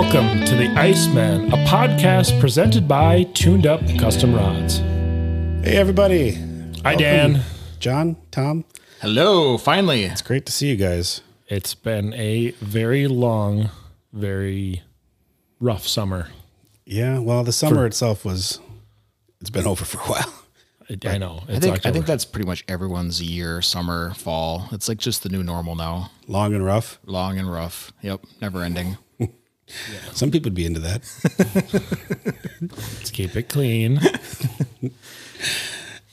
The Iceman, a podcast presented by Tuned Up Custom Rods. Hey, everybody. Hi, Dan. John, Tom, Hello, finally. it's great to see you guys. It's been a very long, very rough summer. Yeah, well, the summer itself was, it's been over for a while. I, I know. It's I think October. I think that's pretty much everyone's year, summer, fall. It's like just the new normal now. Long and rough. Long and rough. Yep, never ending. Some people would be into that. Let's keep it clean.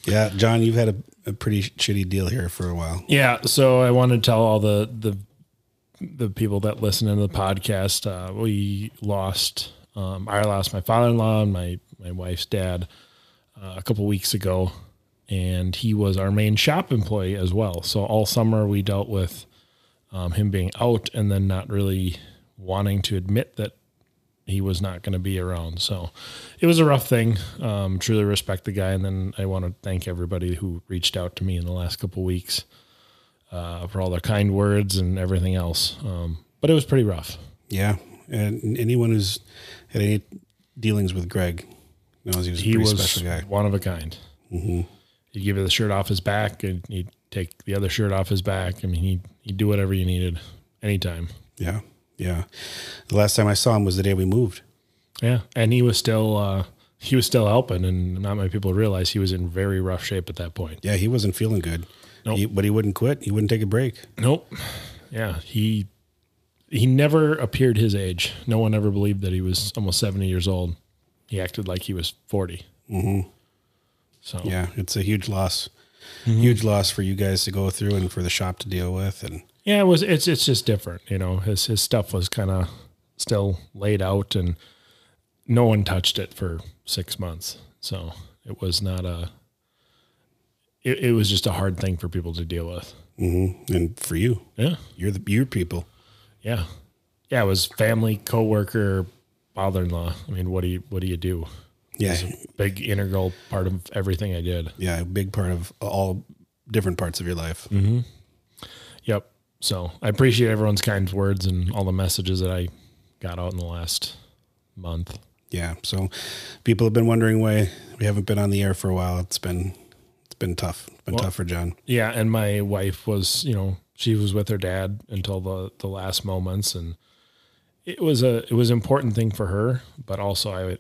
Yeah, John, you've had a, a pretty shitty deal here for a while. yeah. So I want to tell all the, the, the people that listen to the podcast, uh, we lost, um, I lost my father-in-law and my, my wife's dad uh, a couple weeks ago. And he was our main shop employee as well. So all summer we dealt with um, him being out and then not really wanting to admit that he was not going to be around. So it was a rough thing. Um, truly respect the guy. And then I want to thank everybody who reached out to me in the last couple weeks uh, for all their kind words and everything else. Um, but it was pretty rough. Yeah, and anyone who's had any dealings with Greg knows he was a he was pretty special guy. one of a kind. He'd give you the shirt off his back, and he'd take the other shirt off his back. I mean, he'd, he'd do whatever you needed anytime. Yeah, yeah. The last time I saw him was the day we moved. Yeah, and he was still uh, he was still helping, and not many people realize he was in very rough shape at that point. Yeah, he wasn't feeling good, Nope. He- but he wouldn't quit. He wouldn't take a break. Nope. Yeah, he he never appeared his age. No one ever believed that he was almost seventy years old. He acted like he was 40 Mm-hmm. So Yeah, it's a huge loss. Huge loss for you guys to go through and for the shop to deal with. And Yeah, it was. It's it's just different, you know. His his stuff was kind of still laid out, and no one touched it for six months. So it was not a. It, it was just a hard thing for people to deal with. Mm-hmm. And for you, Yeah, you're the your people. yeah, yeah. It was family, coworker, father-in-law. I mean, what do you what do you do? Yeah, Big integral part of everything I did. yeah, a big part of all different parts of your life. Yep. So I appreciate everyone's kind words and all the messages that I got out in the last month. Yeah, so people have been wondering why we haven't been on the air for a while. It's been it's been tough. It's been tough for John. Yeah, and my wife was, you know, she was with her dad until the the last moments, and it was a it was an important thing for her, but also I would,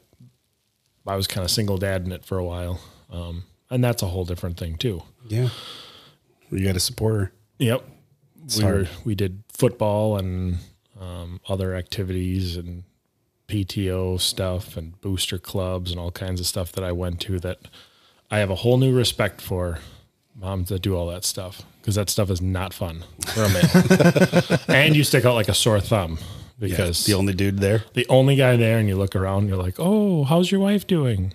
I was kind of single dad in it for a while, um, and that's a whole different thing too. Yeah, you got to support her. Yep, we were, we did football and um, other activities and PTO stuff and booster clubs and all kinds of stuff that I went to that I have a whole new respect for moms that do all that stuff because that stuff is not fun for a man. and you stick out like a sore thumb because the only dude there. the only guy there and you look around and you're like, oh, how's your wife doing?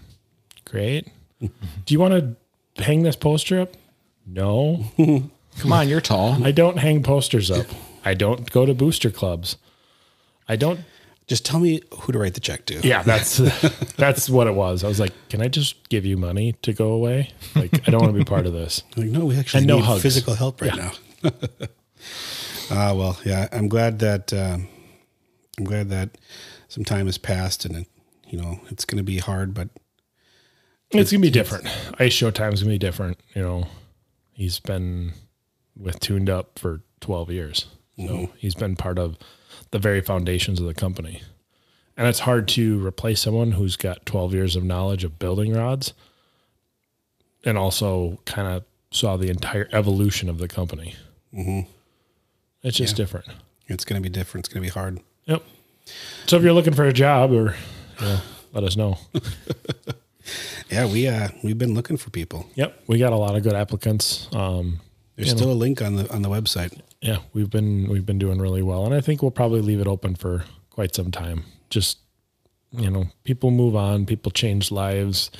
Great. do you want to hang this poster up? No. Come on, you're tall. I don't hang posters up. I don't go to booster clubs. I don't. Just tell me who to write the check to. Yeah, that's that's what it was. I was like, can I just give you money to go away? Like, I don't want to be part of this. Like, no, we actually And no need hugs. physical help right now. Ah, well, yeah, I'm glad that um, I'm glad that some time has passed, and it, you know it's going to be hard, but It's gonna be different. Ice show time's gonna be different. You know, he's been with Tuned Up for twelve years, so he's been part of the very foundations of the company. And it's hard to replace someone who's got twelve years of knowledge of building rods, and also kind of saw the entire evolution of the company. Mm-hmm. It's just different. it's going to be different. It's going to be hard. Yep. So if you're looking for a job, or you know, let us know. Yeah, we uh we've been looking for people. Yep, we got a lot of good applicants. Um, There's still a link on the on the website. yeah, we've been we've been doing really well, and I think we'll probably leave it open for quite some time. Just you know, people move on, people change lives.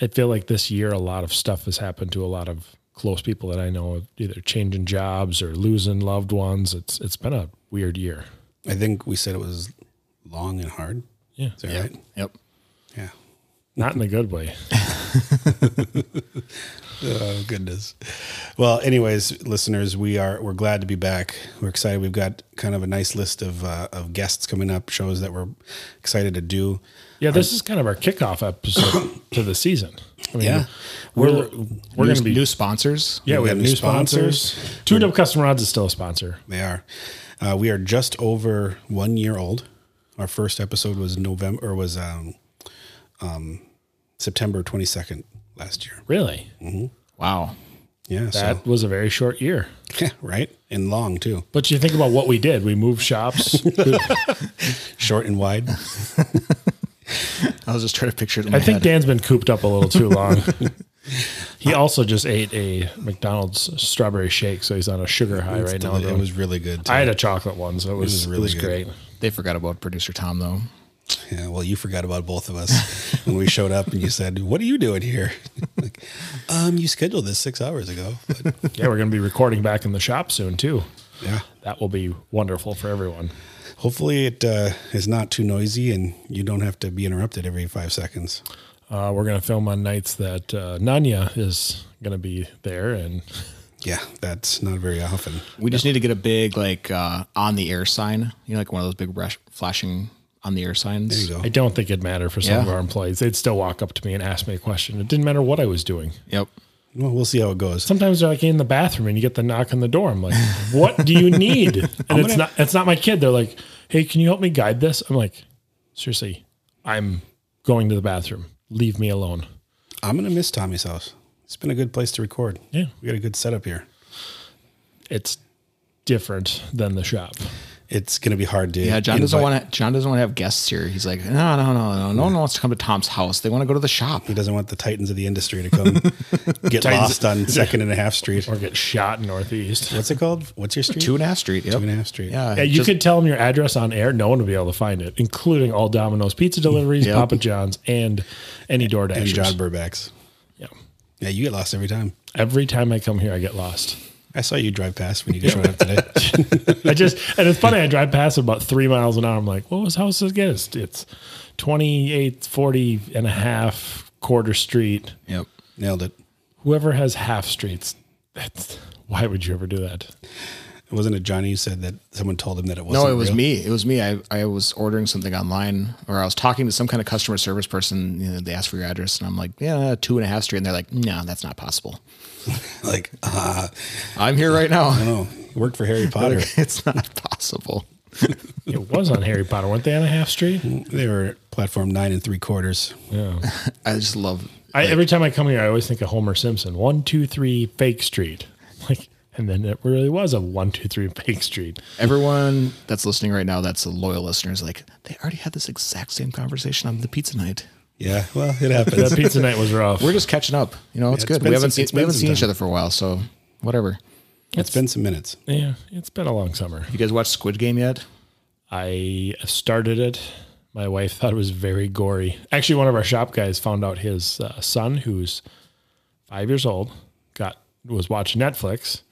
I feel like this year a lot of stuff has happened to a lot of close people that I know, either changing jobs or losing loved ones. It's it's been a weird year. I think we said it was long and hard. Yeah, Is that right? Yep. Yeah. not in a good way. Oh goodness. Well, anyways, listeners, we are we're glad to be back. We're excited. We've got kind of a nice list of uh, of guests coming up, shows that we're excited to do. Yeah, this is kind of our kickoff episode to the season. I mean, Yeah. we're we're new, going to be new sponsors. yeah. we We have got new new sponsors. Tuned Up Custom Rods is still a sponsor. They are. Uh, we are just over one year old. Our first episode was November or was um, um, September twenty second last year. Really, Wow. Yeah, that was a very short year. so right and long too, But you think about what we did. We moved shops. short and wide. I was just trying to picture it. In my I think head. Dan's been cooped up a little too long. he also just ate a McDonald's strawberry shake, so he's on a sugar high right now. it though. was really good. Too. I had a chocolate one, so it was, was it really was good. great. they forgot about producer Tom though. Yeah, well, you forgot about both of us when we showed up and you said, What are you doing here? like, um, you scheduled this six hours ago. But Yeah, we're going to be recording back in the shop soon too. yeah. That will be wonderful for everyone. Hopefully it uh, is not too noisy and you don't have to be interrupted every five seconds. Uh, we're going to film on nights that uh, Nanya is going to be there, and Yeah, that's not very often. We just need to get a big like uh, on the air sign. You know, like one of those big rash- flashing on the air signs. There you go. I don't think it'd matter for some Yeah. of our employees. They'd still walk up to me and ask me a question. It didn't matter what I was doing. Yep. Well, we'll see how it goes. Sometimes they're like in the bathroom and you get the knock on the door. I'm like, what do you need? And it's gonna- not it's not my kid. They're like, hey, can you help me guide this? I'm like, seriously, I'm going to the bathroom. Leave me alone. I'm going to miss Tommy's house. It's been a good place to record. Yeah. We got a good setup here. It's different than the shop. It's going to be hard to. Yeah, John doesn't invite- want to. John doesn't want to have guests here. He's like, no, no, no, no. No one wants to come to Tom's house. They want to go to the shop. He doesn't want the titans of the industry to come get lost on second and a half street. Or get shot in Northeast. What's it called? What's your street? Two and a half street. Yep. Two and a half street. Yeah. Yeah, you could tell them your address on air. No one would be able to find it, including all Domino's pizza deliveries, Papa John's, and any DoorDash. And John Burback's. Yeah. Yeah, you get lost every time. Every time I come here, I get lost. I saw you drive past when you just showed up today. I just and it's funny. I drive past about three miles an hour. I'm like, what was house again? It's, it's 28, 40 and a half quarter street. Yep. Nailed it. Whoever has half streets, that's why would you ever do that? It wasn't it Johnny who said that someone told him that it wasn't. No, it was real? me. It was me. I, I was ordering something online or I was talking to some kind of customer service person. You know, they asked for your address and I'm like, yeah, two and a half street. And they're like, no, that's not possible. Like, ah, I'm here right now. no, it worked for Harry Potter. it's not possible. It was on Harry Potter, weren't they on a half street? they were at platform nine and three quarters. Yeah. I just love I, every time I come here, I always think of Homer Simpson. One, two, three, Fake Street. Like, and then it really was a one, two, three, Fake Street. everyone that's listening right now. That's a loyal listener is like, they already had this exact same conversation on the pizza night. Yeah, well, it That happens. pizza night was rough. We're just catching up. You know, it's it's good. been We haven't some- seen, it's we been haven't some seen each time. other for a while. So whatever. it's been some minutes. yeah, it's been a long summer. You guys watch Squid Game yet? I started it. My wife thought it was very gory. Actually, one of our shop guys found out his uh, son, who's five years old, got was watching Netflix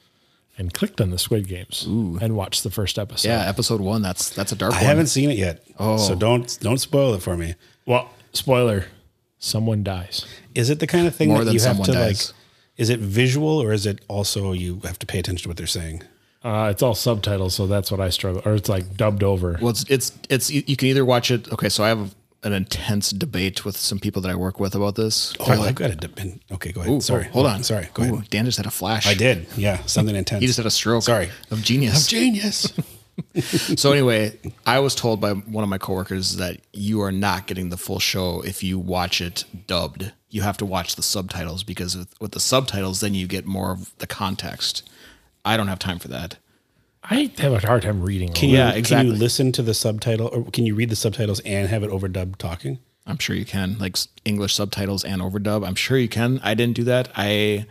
and clicked on the Squid Games and watched the first episode. Yeah. Episode one. That's, that's a dark I one. haven't seen it yet. Oh, so don't don't spoil it for me. Well, spoiler: someone dies. Is it the kind of thing More that than you have someone to dies. like? Is it visual or is it also you have to pay attention to what they're saying? Uh, it's all subtitles, so that's what I struggle. Or it's like dubbed over. Well, it's it's it's you you can either watch it. Okay, so I have an intense debate with some people that I work with about this. Oh, I've got it. depend- Okay, go ahead. Ooh, sorry, oh, hold on, Sorry, go ahead. Ooh, Dan just had a flash. I did. Yeah, something intense. He just had a stroke. Sorry. of genius. genius. so anyway, I was told by one of my coworkers that you are not getting the full show if you watch it dubbed. You have to watch the subtitles because with, with the subtitles, then you get more of the context. I don't have time for that. I have a hard time reading. all Can that. you, Yeah, Can exactly. you listen to the subtitle, or can you read the subtitles and have it overdubbed talking? I'm sure you can, like s- English subtitles and overdub. I'm sure you can. I didn't do that. I,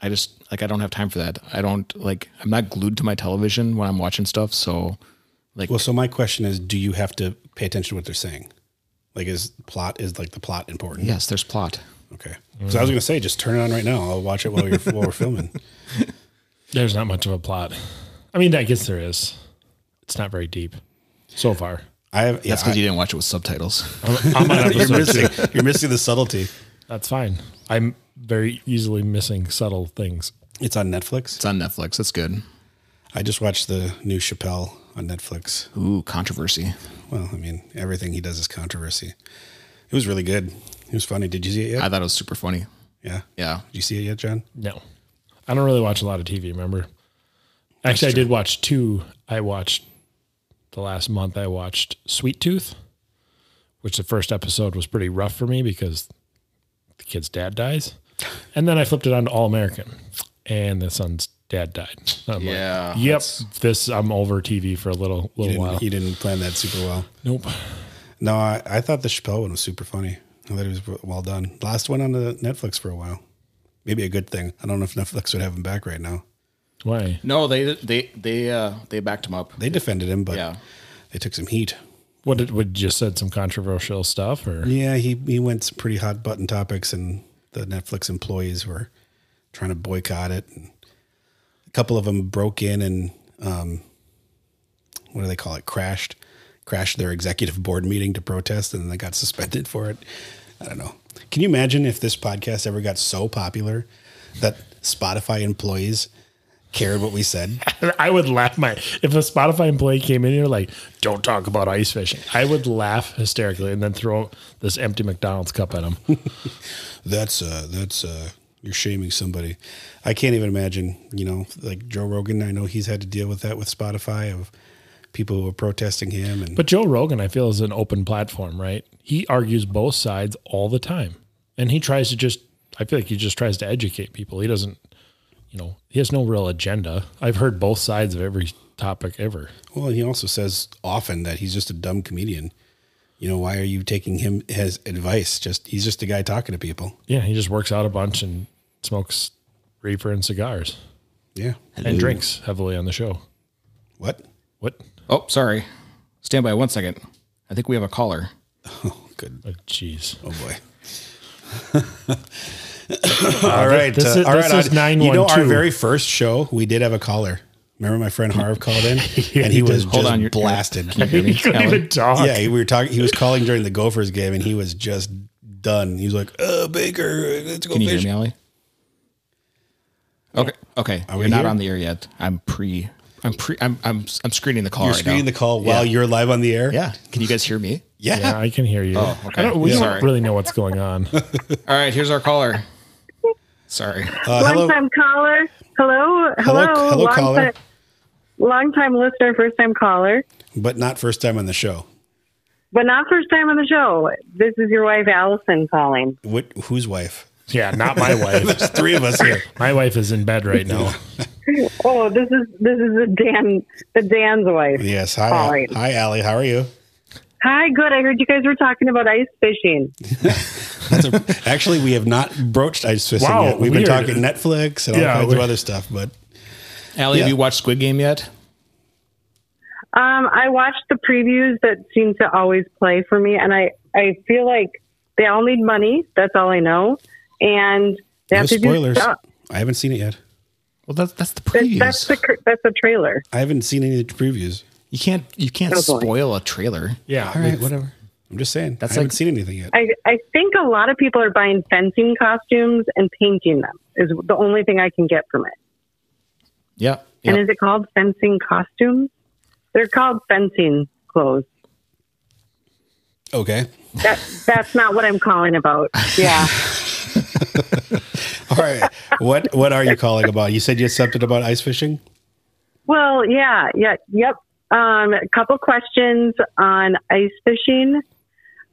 I just like I don't have time for that. I don't like. I'm not glued to my television when I'm watching stuff. So, like, Well, so my question is, do you have to pay attention to what they're saying? Like, is plot is like the plot important? yes, there's plot. Okay. So I was gonna say, just turn it on right now. I'll watch it while you're while we're filming. There's not much of a plot. I mean, I guess there is. It's not very deep so far. I have. Yeah, That's because you didn't watch it with subtitles. I'm, I'm on I- you're episode two. missing. You're missing the subtlety. That's fine. I'm very easily missing subtle things. It's on Netflix. It's on Netflix. It's good. I just watched the new Chappelle on Netflix. Ooh, controversy. Well, I mean, everything he does is controversy. It was really good. It was funny. Did you see it yet? I thought it was super funny. yeah. Yeah. Did you see it yet, John? No, I don't really watch a lot of TV. Remember, actually, I did watch two. I watched the last month. I watched Sweet Tooth, which the first episode was pretty rough for me because the kid's dad dies, and then I flipped it on to All American, and the son's dad died. I'm Yeah, Like, yep. This I'm over TV for a little little Didn't, while. You didn't plan that super well. Nope. No, I, I thought the Chappelle one was super funny. I thought it was well done. Last one on the Netflix for a while. Maybe a good thing. I don't know if Netflix would have him back right now. Why? No, they they they uh they backed him up. They defended him, but Yeah. they took some heat. What did what you just said? Some controversial stuff, or Yeah, he, he went some pretty hot button topics, and the Netflix employees were trying to boycott it. And a couple of them broke in and, um, what do they call it? Crashed, crashed their executive board meeting to protest, and then they got suspended for it. I don't know. Can you imagine if this podcast ever got so popular that Spotify employees cared what we said? I would laugh my if a Spotify employee came in here like, "Don't talk about ice fishing." I would laugh hysterically and then throw this empty McDonald's cup at him. that's uh that's uh you're shaming somebody i can't even imagine you know like joe rogan i know he's had to deal with that with spotify of people who are protesting him and But Joe Rogan, I feel, is an open platform, right? He argues both sides all the time, and he tries to just. I feel like he just tries to educate people. He doesn't, you know, he has no real agenda. I've heard both sides of every topic ever. well he also says often that he's just a dumb comedian you know why are you taking him his advice just he's just a guy talking to people Yeah, he just works out a bunch and smokes reefer and cigars yeah and drinks heavily on the show. what What? Oh, sorry. Stand by one second. I think we have a caller. oh good Oh, Jeez. oh boy all right this uh, is- all this right is I- you know our 912. very first show we did have a caller remember my friend harv called in and he was Hold just on, you're- you're- blasted He couldn't even talk. Yeah, he- we were talking. He was calling during the Gophers game, and he was just done. He was like, "Uh, Baker, let's go Can you hear fish." me, Ali? Okay. Okay. we You're not here? on the air yet. I'm pre. I'm pre. I'm I'm I'm screening the call You're right screening now. the call while you're live on the air. yeah. Can you guys hear me? yeah. Yeah, I can hear you. Oh, okay. I don't, we Yeah. don't Sorry. really know what's going on. All right. Here's our caller. Sorry. Uh, Long hello, time caller. Hello. Hello. hello, long caller. Time, long time listener, first time caller, but not first time on the show. but not first time on the show. This is your wife, Allison, calling. What? Whose wife? yeah, not my wife. There's three of us here. My wife is in bed right now. Oh, this is this is the Dan the Dan's wife. Yes. Hi. All right. Hi, Allie. How are you? Hi, good. I heard you guys were talking about ice fishing. That's a, actually, we have not broached ice fishing Wow, yet. We've weird. been talking Netflix and all Yeah, kinds of we- other stuff, but Allie, have you watched Squid Game yet? Um, I watched the previews that seem to always play for me, and I I feel like they all need money. That's all I know, and they no have to spoilers. do stuff. I haven't seen it yet. Well, that's that's the That- That's previews. the cr- that's the trailer. I haven't seen any of the previews. you can't you can't Oh, boy. spoil a trailer. Yeah. All right, whatever. I'm just saying. That's I haven't like- seen anything yet. I, I think a lot of people are buying fencing costumes and painting them is the only thing I can get from it. Yeah. And is it called fencing costumes? They're called fencing clothes. Okay. That that's not what I'm calling about. Yeah. All right. What what are you calling about? You said you had something about ice fishing? Well, yeah, yeah, yep. Um, a couple questions on ice fishing.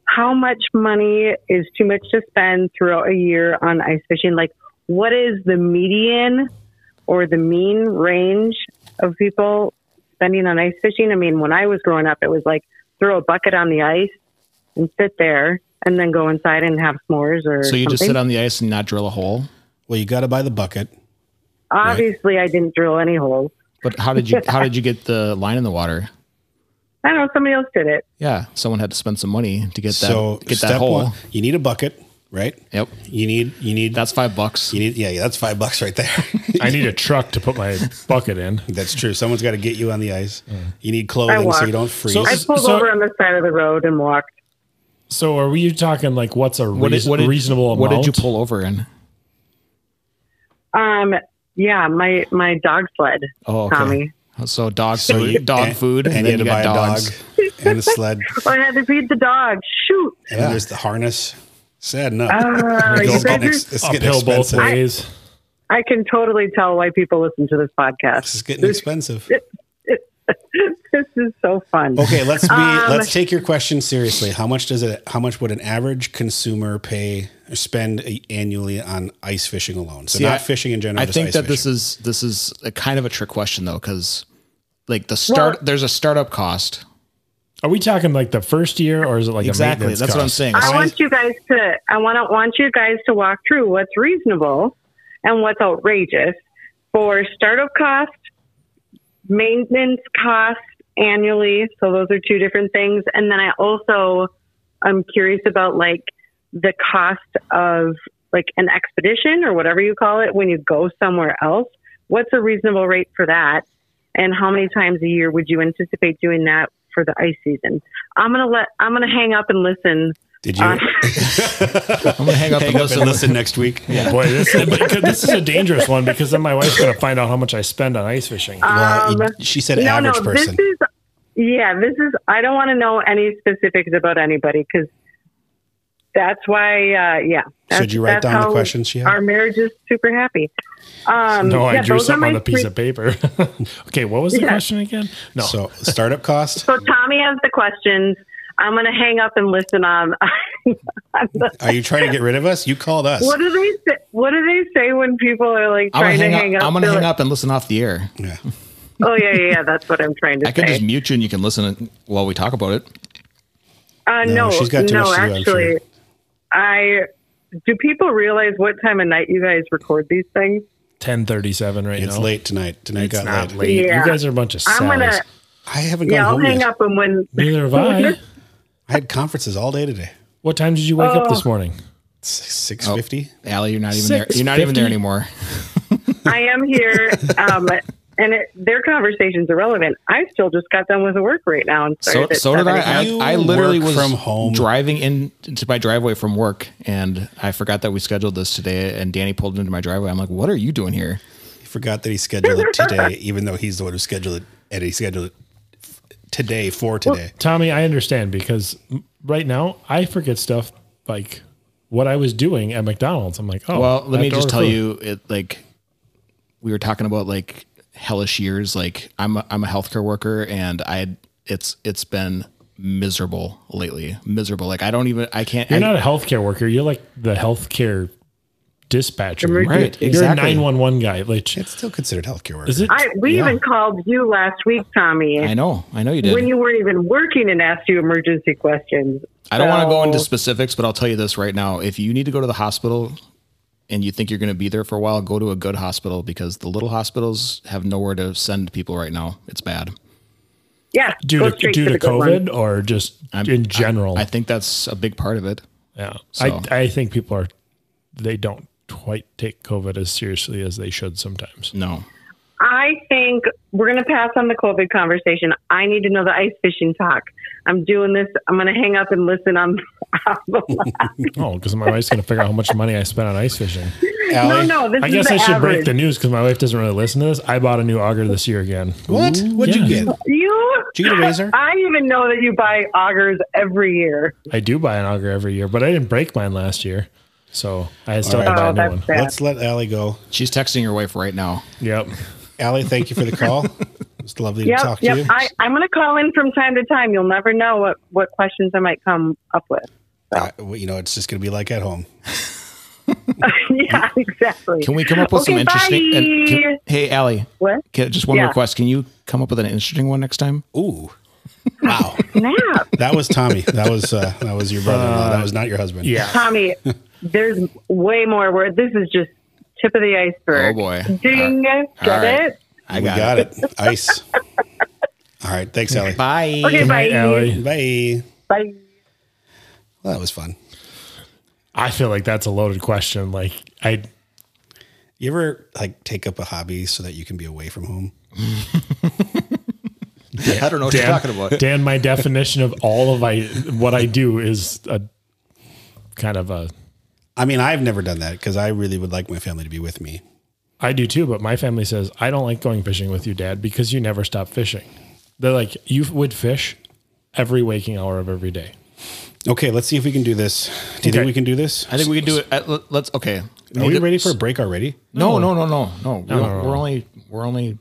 How much money is too much to spend throughout a year on ice fishing? Like, what is the median or the mean range of people spending on ice fishing? I mean, when I was growing up, it was like throw a bucket on the ice and sit there and then go inside and have s'mores or So you just something. sit on the ice and not drill a hole. Well, you got to buy the bucket. Obviously, I didn't drill any holes. But how did you how did you get the line in the water? I don't know, somebody else did it. Yeah, someone had to spend some money to get that so get step that hole. one, you need a bucket, right? Yep, You need you need that's five bucks. you need yeah, yeah that's five bucks right there. I need a truck to put my bucket in. that's true. Someone's got to get you on the ice. You need clothing so walked. you don't freeze. So- I pulled So- over on the side of the road and walked. So are we talking like what's a What reas- did, what did, reasonable amount? What did you pull over in? Um, yeah, my my dog sled, Oh, okay. Tommy. So dog So food, you- dog and- food, and, you had to buy a dog and a sled, Oh, I had to feed the dog. Shoot. and then there's the harness. Sad enough. Uh, It's you getting guys are- ex- it's getting uphill both expensive. ways? I can totally tell why people listen to this This podcast. is getting expensive. This is so fun. Okay, let's be Um, let's take your question seriously. How much does it? How much would an average consumer pay or spend a- annually on ice fishing alone? So See, not I- fishing in general. I just think ice that fishing. this is this is a kind of a trick question though, because like the start Well- there's a startup cost. Are we talking like the first year or is it like A Exactly, maintenance that's what I'm cost? saying. I want you guys to I want to want you guys to walk through what's reasonable and what's outrageous for startup cost, maintenance cost annually. So those are two different things. And then I also I'm curious about like the cost of like an expedition or whatever you call it when you go somewhere else. What's a reasonable rate for that? And how many times a year would you anticipate doing that for the ice season? I'm gonna let I'm gonna hang up and listen Did you uh, I'm gonna hang up and hang up listen. and listen next week? Yeah, boy, this is, because this is a dangerous one because then my wife's going to find out how much I spend on ice fishing. Well, Um, you- she said average person. This is, yeah, this is. I don't want to know any specifics about anybody because that's why. Uh, yeah. So that's- did you write that's down the how questions she had? Our marriage is super happy. Um, no, I yeah, drew those are something on my a piece three- of paper. okay, what was the Yeah. question again? No, So startup cost. So Tommy has the questions. I'm going to hang up and listen on. Are you trying to get rid of us? You called us. what do they say? What do they say when people are like I'm gonna hang, trying to up, hang up? I'm gonna They're hang like, up and listen off the air. Yeah. Oh yeah, yeah, yeah. That's what I'm trying to I can say. just mute you and you can listen while we talk about it. Uh, No, no, she's got too no, much to do, I'm actually, sure. I do. People realize what time of night you guys record these things. ten thirty-seven right It's now. late tonight. Tonight It's got not late. late. Yeah. You guys are a bunch of sows. I'm gonna, I haven't gone yeah, I'll home hang yet. up and when. Neither have I. I had conferences all day today. What time did you wake up Oh. this morning? Six fifty. Allie, you're not even there. You're not even 6:50? there anymore. I am here, um, and it, their conversation's irrelevant. I still just got done with the work right now, and So, started at so did I. 7. You I, I literally work was from home. driving in into my driveway from work, and I forgot that we scheduled this today. And Danny pulled into my driveway. I'm like, "What are you doing here?" He forgot that he scheduled it today, even though he's the one who scheduled it. And he scheduled it f- today for today. Tommy, I understand because m- right now I forget stuff like what I was doing at McDonald's. I'm like, oh, Well, let I me have to just order tell food. you, it like we were talking about like hellish years. Like I'm a, I'm a healthcare worker, and I it's it's been miserable lately. Miserable. Like I don't even I can't. You're I, not a healthcare worker. You're like the healthcare dispatcher. Right, You're exactly. a 911 guy. Like, It's still considered healthcare work. is it? I we even called you last week, Tommy, I know. I know you did. when you weren't even working, and asked you emergency questions. I don't want to go So- into specifics, but I'll tell you this right now. If you need to go to the hospital and you think you're going to be there for a while, go to a good hospital because the little hospitals have nowhere to send people right now. It's bad. Yeah, due go to straight due to the good one. COVID or just in general? I think that's a big part of it. yeah, so. I I think people are they don't quite take COVID as seriously as they should sometimes. No. I think we're going to pass on the COVID conversation. I need to know the ice fishing talk. I'm doing this. I'm going to hang up and listen on. Oh, because my wife's gonna figure out how much money I spent on ice fishing. no, Allie? no. This I is guess the I should break average. the news because my wife doesn't really listen to this. I bought a new auger this year again. What? What'd yeah. you get? You. Did you get a razor? I even know that you buy augers every year. I do buy an auger every year, but I didn't break mine last year, so I still have Oh, to buy a that's new one. bad. Let's let Allie go. She's texting your wife right now. Yep. Allie, thank you for the call. It's lovely to Yep, talk to yep. you. I, I'm going to call in from time to time. You'll never know what, what questions I might come up with. I, Uh, well, you know, it's just going to be like at home. yeah, exactly. Can we come up with some Okay, interesting? and bye. can- hey, Allie, What? can, just one Yeah. request. Can you come up with an interesting one next time? Ooh. Wow. Snap, that was Tommy. That was uh, that was your brother-in-law. That was not your husband. Yeah. Tommy. there's way more. Where this is just tip of the iceberg. Oh, boy. Ding. Get all right. it? I We got, it. Ice. All right. Thanks, Allie. Bye. Okay, Good night, bye. Allie. Bye. Bye. Well, that was fun. I feel like that's a loaded question. Like I You ever like take up a hobby so that you can be away from home? I don't know what you're talking about. Dan, my definition of all of I what I do is a kind of a I mean, I've never done that because I really would like my family to be with me. I do too, but my family says I don't like going fishing with you, Dad, because you never stop fishing. They're like, you would fish every waking hour of every day. Okay, let's see if we can do this. Do you Okay. think we can do this? I think we can do it. At, let- let's okay. Are we ready for a break already? No, no, no, no, no. we're, no, no. we're only we're only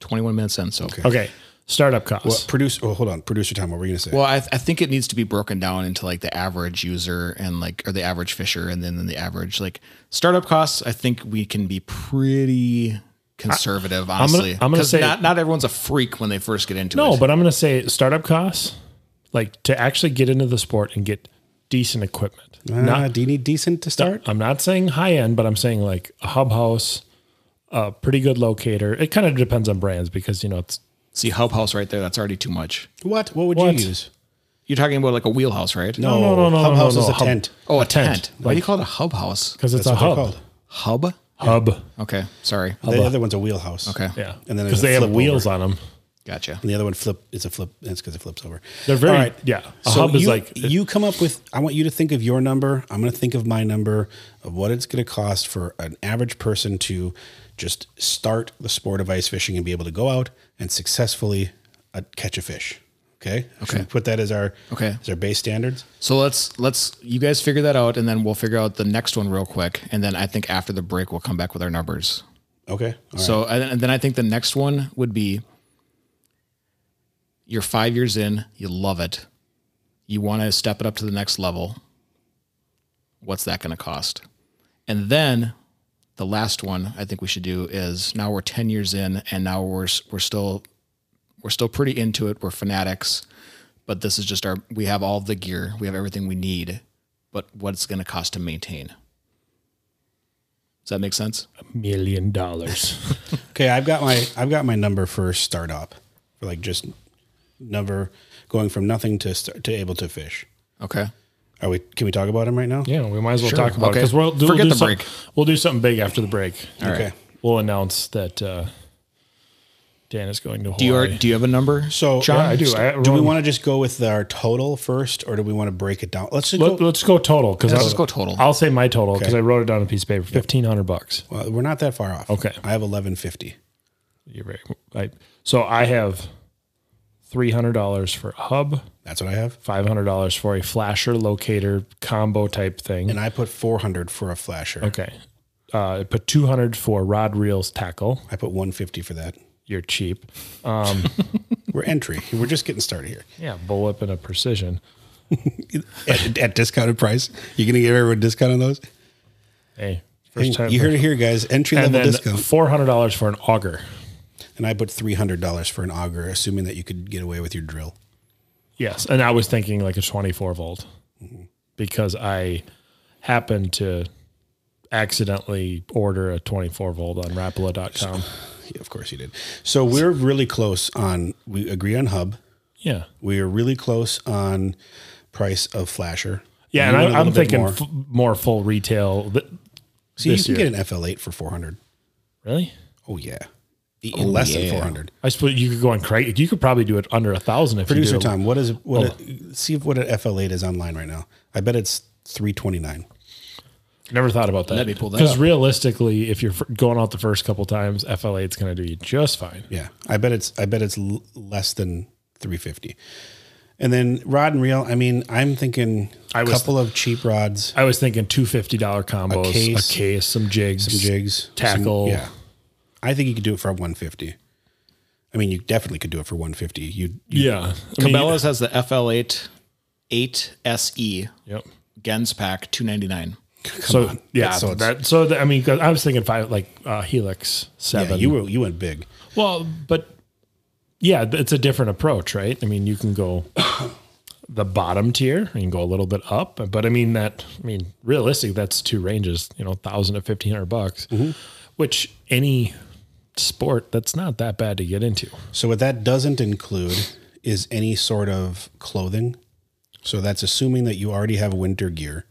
21 minutes in. So Okay, startup costs. What produce? Oh, hold on, producer time. What were you gonna say? Well, I, I think it needs to be broken down into like the average user and like or the average fisher and then the average like startup costs. I think we can be pretty conservative, honestly. I'm gonna 'Cause say- not, not everyone's a freak when they first get into it. No, but I'm going to say startup costs, like to actually get into the sport and get decent equipment. Uh, not, do you need decent to start? I'm not saying high end, but I'm saying like a hub house, a pretty good locator. It kind of depends on brands because you know it's see hub house right there. That's already too much. What? What would What? you use? You're talking about like a wheelhouse, right? no, no, no, no, Hub no, house no, is a hub. tent. Oh, a, A tent. tent. Why do you call it a hub house? because it's That's a what they're hub called. Hub. hub. Okay, sorry. The other one's a wheelhouse. Okay. Yeah, And then because it'll they have flip wheels on them, Gotcha. And the other one flip. It's a flip. It's because it flips over. they're very yeah. A so hub you, is like you come up with. I want you to think of your number. I'm going to think of my number of what it's going to cost for an average person to just start the sport of ice fishing and be able to go out and successfully uh, catch a fish. Okay. Should we put that as our Okay. as our base standards. So let's let's you guys figure that out, and then we'll figure out the next one real quick, and then I think after the break we'll come back with our numbers. Okay. All right. So and and then I think the next one would be you're five years in, you love it, you want to step it up to the next level. What's that going to cost? And then the last one I think we should do is now we're ten years in, and now we're s- we're still we're still pretty into it. We're fanatics, but this is just our we have all the gear, we have everything we need, but what's going to cost to maintain? Does that make sense? million dollars. Okay, I've got my I've got my number for startup for like just number going from nothing to start, to able to fish. Okay. Are we? Can we talk about him right now? yeah, we might as well Sure, talk about okay. it because we'll, do- Forget we'll do the some- break. We'll do something big after the break. Okay. We'll announce that uh, Dan is going to Hawaii. Do you are, do you have a number? So John, I do. I- do we wrong. want to just go with our total first, or do we want to break it down? Let's just Let, go. let's go total because let's just go total. I'll say my total because I wrote it down on a piece of paper. Fifteen hundred bucks. Well, we're not that far off. Okay. I have eleven fifty. You're right. I, so I have three hundred dollars for a hub, That's what I have, five hundred dollars for a flasher locator combo type thing. and I put four hundred for a flasher. okay, uh, I put two hundred for rod reels tackle. I put one fifty for that. You're cheap. We're entry. We're just getting started here Yeah, bull whip and a precision. at, at discounted price. You're gonna give everyone a discount on those. Hey, first time you heard it here, guys. Entry And then level discount. four hundred dollars for an auger. And I put three hundred dollars for an auger, assuming that you could get away with your drill. Yes, and I was thinking like a 24 volt Mm-hmm. because I happened to accidentally order a 24 volt on Rapala.com. Yeah, of course you did. So we're really close on. We agree on hub. Yeah, We are really close on price of flasher. yeah, You and want a I, I'm little bit thinking more. more. F- more full retail. Th- See, you this can year. get an FL8 for four hundred. Really? Oh yeah, in less than four hundred. I suppose you could go on Craig. You could probably do it under a thousand if Producer you do. it- Tom, what is what? A, see what an FL8 is online right now. I bet it's three twenty nine. Never thought about that. Let me pull that Because up. realistically, if you're f- going out the first couple times, FLA it's going to do you just fine. Yeah, I bet it's I bet it's l- less than three fifty. And then rod and reel. I mean, I'm thinking a I was- couple of cheap rods. I was thinking two fifty dollar combos, a case. case, some jigs, some jigs, tackle. some- yeah, I think you could do it for 150. I mean, you definitely could do it for 150. You, you yeah. I mean, Cabela's has the FL8 8SE Yep. E, Gens pack 299. so yeah, That's- so it's- that, so that, I mean, 'cause I was thinking five, like uh, Helix yeah, seven. you were you went big. well, but yeah, th- it's a different approach, right? I mean, you can go the bottom tier and go a little bit up, but I mean that, I mean, realistic, that's two ranges, you know, thousand to fifteen hundred bucks, Mm-hmm. which any sport that's not that bad to get into. So what that doesn't include is any sort of clothing. So that's assuming that you already have winter gear.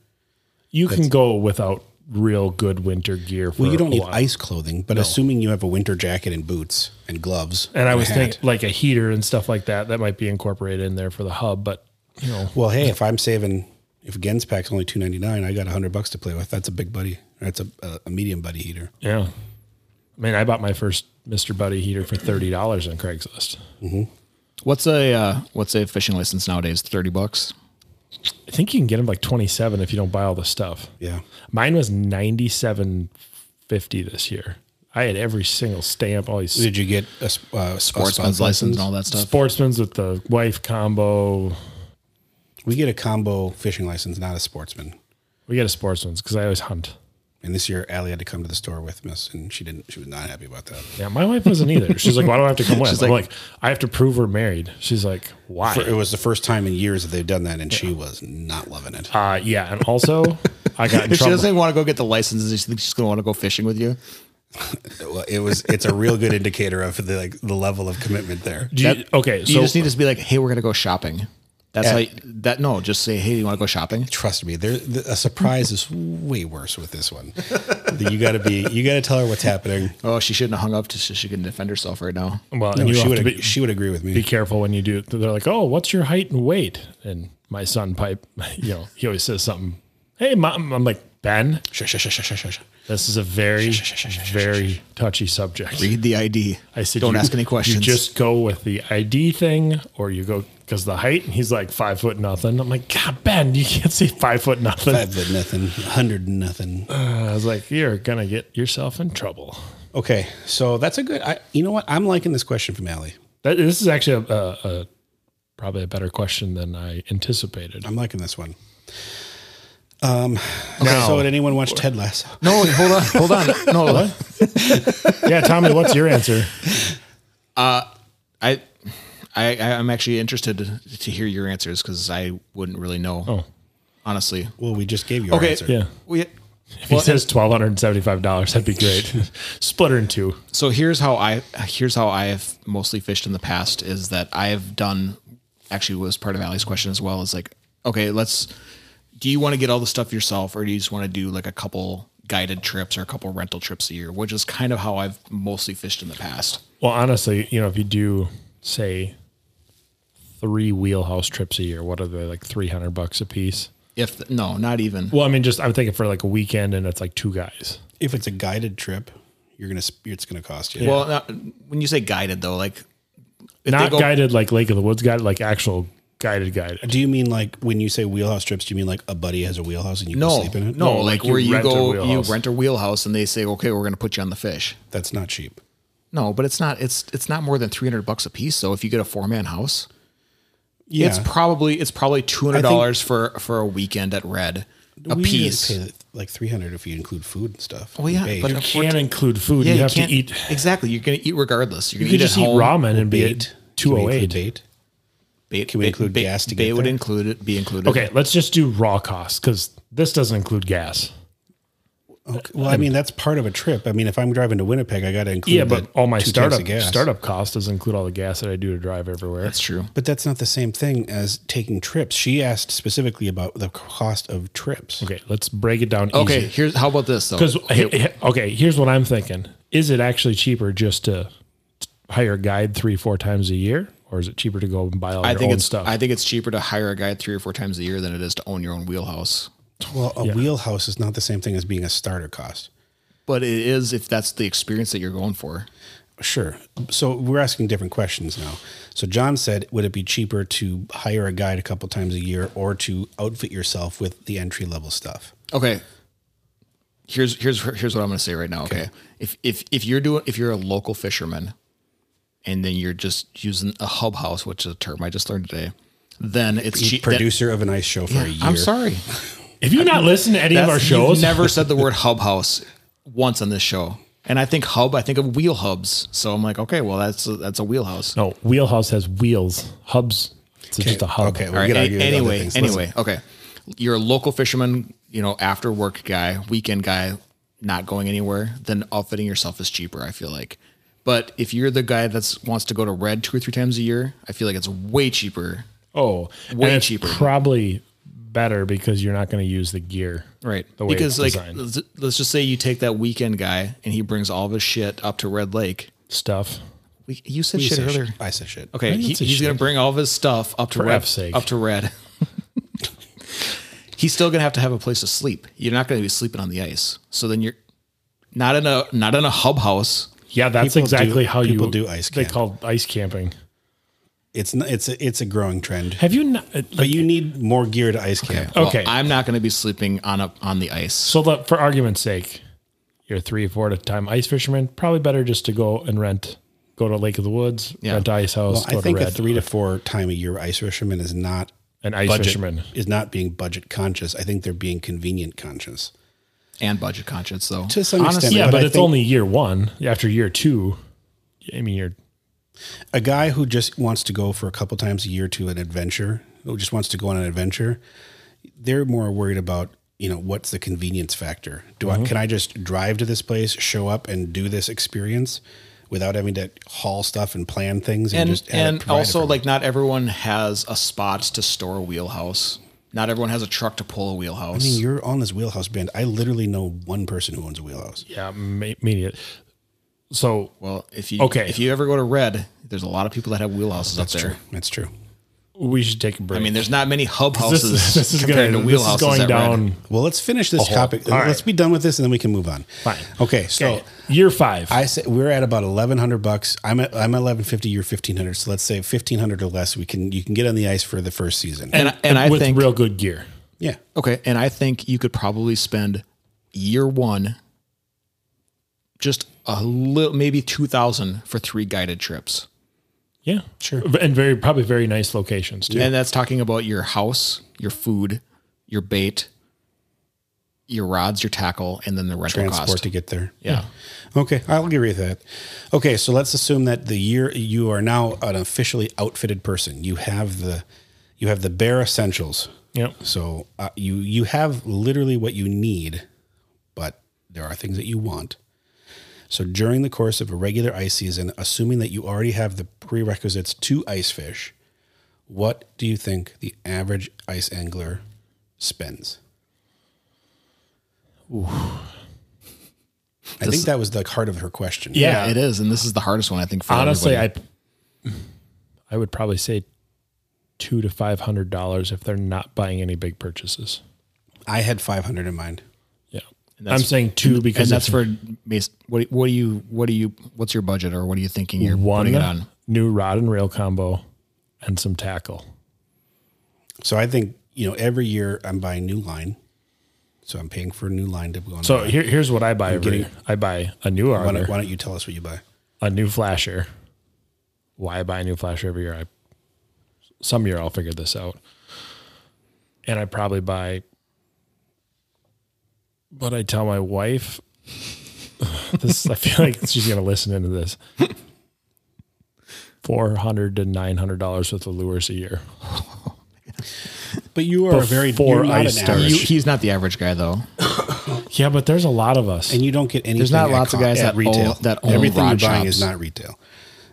You can go without real good winter gear. For Well, you don't a need while. ice clothing, but assuming you have a winter jacket and boots and gloves. And I was a thinking hat. like a heater and stuff like that that might be incorporated in there for the hub, but you know, well, hey, if I'm saving, if Gen's pack's only two ninety nine, I got hundred bucks to play with. That's a big buddy. That's a, a, a medium buddy heater. yeah. I mean, I bought my first Mister Buddy heater for thirty dollars on Craigslist. What's a uh, what's a fishing license nowadays? Thirty bucks. I think you can get them like twenty seven if you don't buy all the stuff. Yeah, Mine was ninety seven fifty this year. I had every single stamp, all these did you get a s- uh, a Sportsman's sponsor's license and all that stuff. sportsmans with the wife combo. We get a combo fishing license, not a sportsman. We got a sportsman's because I always hunt. And this year, Allie had to come to the store with us, and she didn't. She was not happy about that. Yeah, my wife wasn't either. She's like, "Why do I have to come with?" She's I'm like- like, "I have to prove we're married." She's like, "Why?" For- it was the first time in years that they've done that, and she was not loving it. Uh, yeah, and also I got in If she trouble. doesn't want to go get the licenses, you think she's going to want to go fishing with you? Well, it was. It's a real good indicator of the like the level of commitment there. Do you- okay, you so just need to be like, hey, we're going to go shopping. That's Yeah. how you, that. No, just say, hey, you want to go shopping? Trust me, there the, a surprise is way worse with this one. you got to be. You got to tell her what's happening. Oh, she shouldn't have hung up. 'cause She, she can defend herself right now. well, No, and you she have to would. be, She would agree with be me. careful when you do. They're like, "Oh, what's your height and weight?" And my son, pipe, you know, he always says something. Hey, mom, I'm like Ben. Shush, shush, shush, shush, shush. This is a very, sh- sh- sh- sh- very touchy subject. Read the ID. I said, don't "You- ask any questions. You just go with the ID thing, or you go because the height. And he's like five foot nothing. I'm like, God, Ben, you can't say five foot nothing. Five foot nothing, a hundred nothing. I was like, you're gonna get yourself in trouble. Okay, so that's a good. I, you know what? I'm liking this question from Allie. That, this is actually a, a, a probably a better question than I anticipated. I'm liking this one. Um, Now- So, did anyone watch Ted Lasso? no, wait, hold on, hold on. No, yeah, Tommy, what's your answer? I, I, I'm actually interested to, to hear your answers because I wouldn't really know. Oh. honestly. Well, we just gave you our Okay. answer. Yeah, We, if he says twelve hundred and seventy-five dollars, that'd be great. Split her in two. so here's how I here's how I have mostly fished in the past is that I have done actually was part of Ali's question as well is like okay let's do you want to get all the stuff yourself or do you just want to do like a couple guided trips or a couple rental trips a year which is kind of how I've mostly fished in the past Well, honestly, you know, if you do say three wheelhouse trips a year, what are they like three hundred bucks a piece? if no not even Well, I mean, just I'm thinking for like a weekend, and it's like two guys. If it's a guided trip, you're gonna. sp- It's gonna cost you. well not, when you say guided though like if Not go- guided like Lake of the Woods guided, like actual guided guided. Do you mean like when you say wheelhouse trips? Do you mean like a buddy has a wheelhouse and you no can sleep in it? no No, like, like you where you rent a go you wheelhouse. rent a wheelhouse and they say okay we're gonna put you on the fish that's not cheap. No, but it's not. It's it's not more than three hundred bucks a piece. So if you get a four man house, Yeah, it's probably it's probably two hundred dollars for for a weekend at Red a we piece. usually Pay like three hundred if you include food and stuff. Oh, Well, yeah, Bait. but You can't include food. yeah, you, have to can't- eat. exactly. You're gonna eat regardless. You're You gonna could eat just at eat home. ramen and be bait. at two oh Can we include eight. Bait. Bait, Can we bait- include bait- gas to bait get would there? include it. Be included. Okay, let's just do raw costs because this doesn't include gas. Okay. Well, I mean that's part of a trip. I mean, if I'm driving to Winnipeg, I got to include. Yeah, but the all my two tanks of startup startup cost doesn't include all the gas that I do to drive everywhere. that's true. But that's not the same thing as taking trips. She asked specifically about the cost of trips. Okay, let's break it down. Okay, here's how about this though. because okay, here's what I'm thinking: Is it actually cheaper just to hire a guide three four times a year, or is it cheaper to go and buy all I your think own it's stuff? I think it's cheaper to hire a guide three or four times a year than it is to own your own wheelhouse. Well, a wheelhouse is not the same thing as being a starter cost. But it is if that's the experience that you're going for. Sure. So we're asking different questions now. So John said, would it be cheaper to hire a guide a couple times a year or to outfit yourself with the entry level stuff? Okay. Here's here's here's what I'm going to say right now. Okay. If if if you're doing if you're a local fisherman, and then you're just using a hub house, which is a term I just learned today, then it's cheap. Producer of an ice show for a year. I'm sorry. if you not listen to any of That's- our you've shows, never said the word hub house once on this show. And I think hub, I think of wheel hubs. So I'm like, okay, well that's a, that's a wheelhouse. no wheelhouse has wheels, hubs. It's just a hub. Okay. All We're right. going to argue a- about other anyway, things. Listen, anyway, okay. You're a local fisherman, you know, after work guy, weekend guy, not going anywhere. Then outfitting yourself is cheaper. I feel like. But if you're the guy that wants to go to Red two or three times a year, I feel like it's way cheaper. Oh, Way and it's cheaper. Probably better because you're not going to use the gear. Right. The way because, it's like, designed. let's let's just say you take that weekend guy and he brings all of his shit up to Red Lake. Stuff. We, you said You shit say earlier. I said shit. Okay, he, it's a he's going shit. to bring all of his stuff up to For red. F's sake. Up to red. he's still going to have to have a place to sleep. You're not going to be sleeping on the ice. So then you're not in a not in a hub house. Yeah, that's People do- exactly how people you do ice They camp. call ice camping. It's n- it's a, it's a growing trend, Have you not? but you need more gear to ice camp. Well, Okay. I'm not going to be sleeping on a, on the ice. So, look, for argument's sake, you're three, four at a time ice fisherman. Probably better just to go and rent, go to Lake of the Woods, Yeah. rent ice house, Well, go I think to a Red, three to four time a year ice fisherman is not an ice budget fisherman. is not being budget conscious. I think they're being convenient conscious And budget conscious, though. to some extent. Yeah, but, I it's think only year one. After year two, I mean, you're a guy who just wants to go for a couple times a year to an adventure, who just wants to go on an adventure. They're more worried about you know what's the convenience factor. Do Mm-hmm. I can I just drive to this place, show up, and do this experience without having to haul stuff and plan things and, and just have it and provided also for me? like not everyone has a spot to store a wheelhouse. Not everyone has a truck to pull a wheelhouse. I mean, you're on this wheelhouse band. I literally know one person who owns a wheelhouse. yeah, ma- immediate. So, well, if you Okay. if you ever go to Red, there's a lot of people that have wheelhouses up there. True. That's true. we should take a break. I mean, there's not many hub this, houses this is compared going to to wheelhouses. this is going at Red. down. Well, let's finish this whole- topic. all right. Let's be done with this, and then we can move on. Fine. Okay. So Okay, Oh, year five. I say we're at about eleven hundred bucks. I'm at I'm eleven fifty. You're fifteen hundred. So let's say fifteen hundred or less. We can you can get on the ice for the first season. And, and, I with think real good gear. yeah. okay, and I think you could probably spend year one just a little, maybe two thousand for three guided trips, Yeah, sure. And very probably very nice locations too. and that's talking about your house, your food, your bait, your rods, your tackle, and then the rental Transport cost. to get there. yeah, Okay, I'll agree with that. Okay, so let's assume that the year you are now an officially outfitted person. You have the you have the bare essentials. Yep. So uh, you you have literally what you need, but there are things that you want. So during the course of a regular ice season, assuming that you already have the prerequisites to ice fish, what do you think the average ice angler spends? I think that was the heart of her question. Yeah. it is, and this is the hardest one I think. for Honestly, everybody. I I would probably say two to five hundred dollars if they're not buying any big purchases. I had 500 in mind. Yeah, I'm that's- saying two because and that's that's for bas- what, what do you what do you what's your budget or what are you thinking you're one putting it on? new rod and rail combo and some tackle. So I think, you know, every year I'm buying new line. So I'm paying for a new line to go on. So the- here, here's what I buy. Every, year. I buy a new why don't, arbor, why don't you tell us what you buy? a new flasher. Why I buy a new flasher every year? I some year I'll figure this out, and I probably buy. But I tell my wife, this I feel like she's gonna listen into this. Four hundred to nine hundred dollars worth of lures a year. But you are a very Before you're not I an started. average, You, he's not the average guy though. Yeah, but there's a lot of us. and you don't get any. There's not lots of guys that own- that own everything rod you're buying shops. is not retail.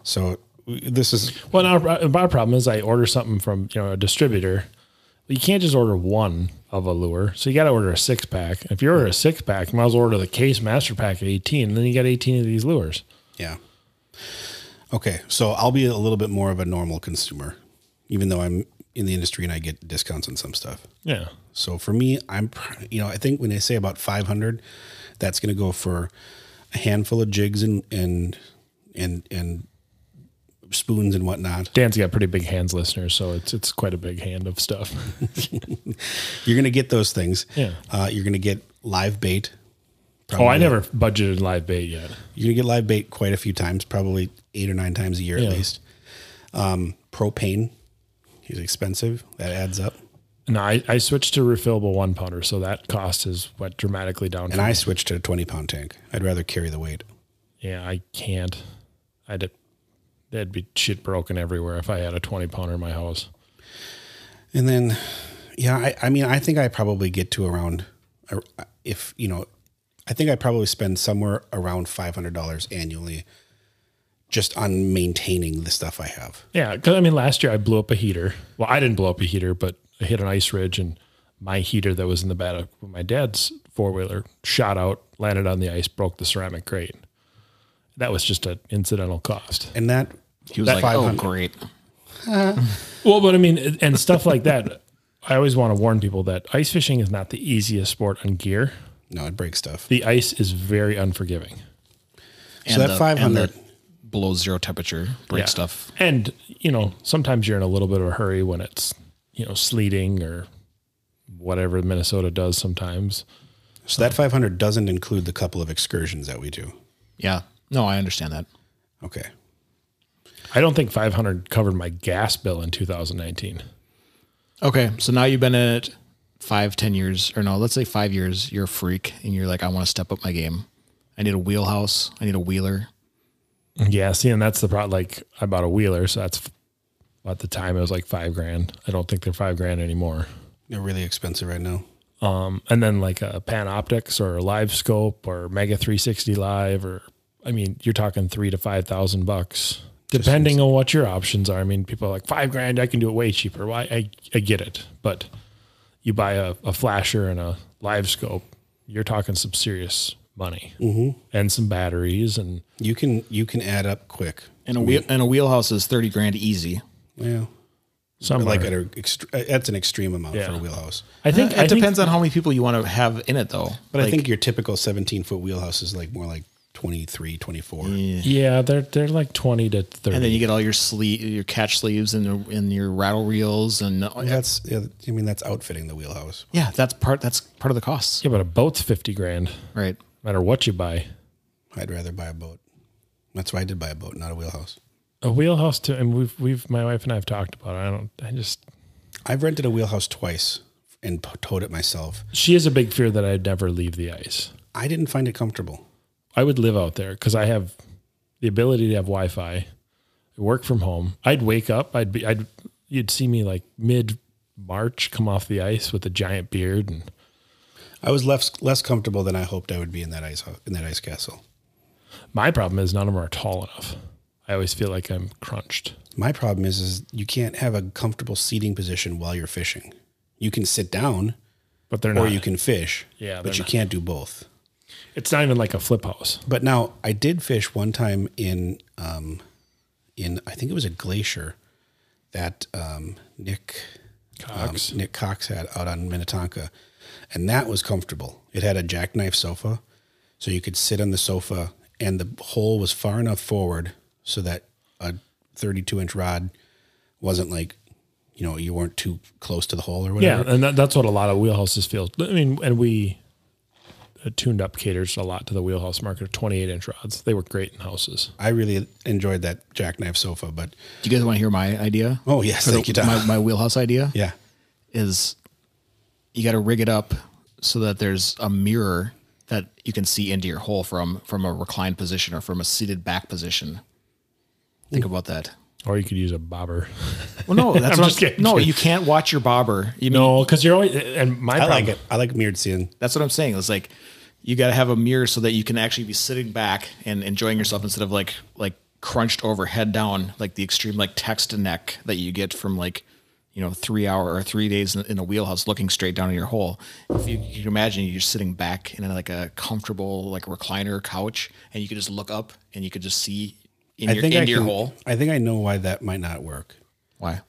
So w- this is Well, our, our problem is I order something from you know a distributor. You can't just order one of a lure, so you got to order a six pack. If you order a six pack, you might as well order the case master pack at eighteen. And then you got eighteen of these lures. yeah. Okay, so I'll be a little bit more of a normal consumer, even though I'm in the industry and I get discounts on some stuff. Yeah, So for me, I'm, pr- you know, I think when they say about 500, that's going to go for a handful of jigs and and and and spoons and whatnot. Dan's got pretty big hands, listeners, so it's it's quite a big hand of stuff. You're going to get those things. Yeah. Uh, you're going to get live bait. oh, I never budgeted live bait yet. You're going to get live bait quite a few times, probably eight or nine times a year Yeah. at least. Um, propane is expensive. That adds up. No, I, I switched to refillable one pounder, so that cost is what dramatically down. And I switched to a 20 pound tank. I'd rather carry the weight. yeah, I can't. I'd there'd be shit broken everywhere if I had a twenty pounder in my house. And then, yeah, I, I mean, I think I probably get to around, uh, if, you know, I think I probably spend somewhere around $500 annually just on maintaining the stuff I have. Yeah, because I mean, last year I blew up a heater. Well, I didn't blow up a heater, but I hit an ice ridge and my heater that was in the back of my dad's four wheeler shot out, landed on the ice, broke the ceramic crate. That was just an incidental cost. And that He was that like, "Oh, great." Well, but I mean, and stuff like that. I always want to warn people that ice fishing is not the easiest sport on gear. No, it breaks stuff. The ice is very unforgiving. And that the- 500 and the below zero temperature break stuff. And, you know, sometimes you're in a little bit of a hurry when it's, you know, sleeting or whatever Minnesota does sometimes. So that 500 doesn't include the couple of excursions that we do. Yeah. No, I understand that. Okay. I don't think 500 covered my gas bill in 2019. Okay, so now you've been at it five, ten years, or no, let's say five years. You're a freak, and you're like, I want to step up my game. I need a wheelhouse. I need a wheeler. Yeah, see, and that's the problem. Like, I bought a wheeler, so that's at the time it was like five grand. I don't think they're five grand anymore. They're really expensive right now. Um, and then like a Panoptics or a Live Scope or Mega 360 Live, or I mean, you're talking three to five thousand bucks, depending on what your options are. I mean, people are like five grand, I can do it way cheaper. Why? I, I get it, but you buy a, a flasher and a Live Scope, you're talking some serious money and some batteries and You can you can add up quick. And a wheel and a wheelhouse is thirty grand easy. Yeah. some Like are- at a ext- uh, that's an extreme amount for Yeah. a wheelhouse. I think Uh, It I think depends on how many people you want to have in it, though. But I think your typical 17 foot wheelhouse is like more like 23, 24. Yeah, they're they're like twenty to thirty. and then you get all your sleeve, your catch sleeves, and and your rattle reels, and That's yeah, I mean that's outfitting the wheelhouse. yeah, that's part. That's part of the cost, yeah, but a boat's fifty grand, no right? matter what you buy. I'd rather buy a boat. That's why I did buy a boat, not a wheelhouse. A wheelhouse too, and we've we've my wife and I have talked about it. I don't. I just I've rented a wheelhouse twice and p- towed it myself. she has a big fear that I'd never leave the ice. I didn't find it comfortable. I would live out there because I have the ability to have Wi-Fi, work from home. I'd wake up. I'd be. I'd you'd see me like mid March come off the ice with a giant beard and I was less less comfortable than I hoped I would be in that ice hou- in that ice castle. my problem is none of them are tall enough. I always feel like I'm crunched. My problem is is you can't have a comfortable seating position while you're fishing. You can sit down But they're or not. you can fish. Yeah, they're but you not. can't do both. it's not even like a flip house. But now I did fish one time in um in I think it was a glacier that um Nick Cox. um, Nick Cox had out on Minnetonka. And that was comfortable. It had a jackknife sofa. So you could sit on the sofa and the hole was far enough forward so that a 32 inch rod wasn't like, you know, you weren't too close to the hole or whatever. Yeah, and that, that's what a lot of wheelhouses feel. I mean, and we uh, tuned up caters a lot to the wheelhouse market. Twenty-eight inch rods, they were great in houses. I really enjoyed that jackknife sofa, but Do you guys want to hear my idea? oh yes, thank you, Tom. my, my wheelhouse idea. yeah. is you got to rig it up so that there's a mirror that you can see into your hole from from a reclined position or from a seated back position. Think about that. Or you could use a bobber. Well, no, that's I'm what just I'm- kidding. no. You can't watch your bobber. You know, No, because you're always and my I problem- like it. I like mirrored seeing. that's what I'm saying. It's like you got to have a mirror so that you can actually be sitting back and enjoying yourself instead of like like crunched over head down like the extreme like text to neck that you get from like you know three hour or three days in, in a wheelhouse looking straight down in your hole if you, you can imagine you're sitting back in like a comfortable like recliner couch and you could just look up and you could just see in your, into I your can- hole I think I know why that might not work why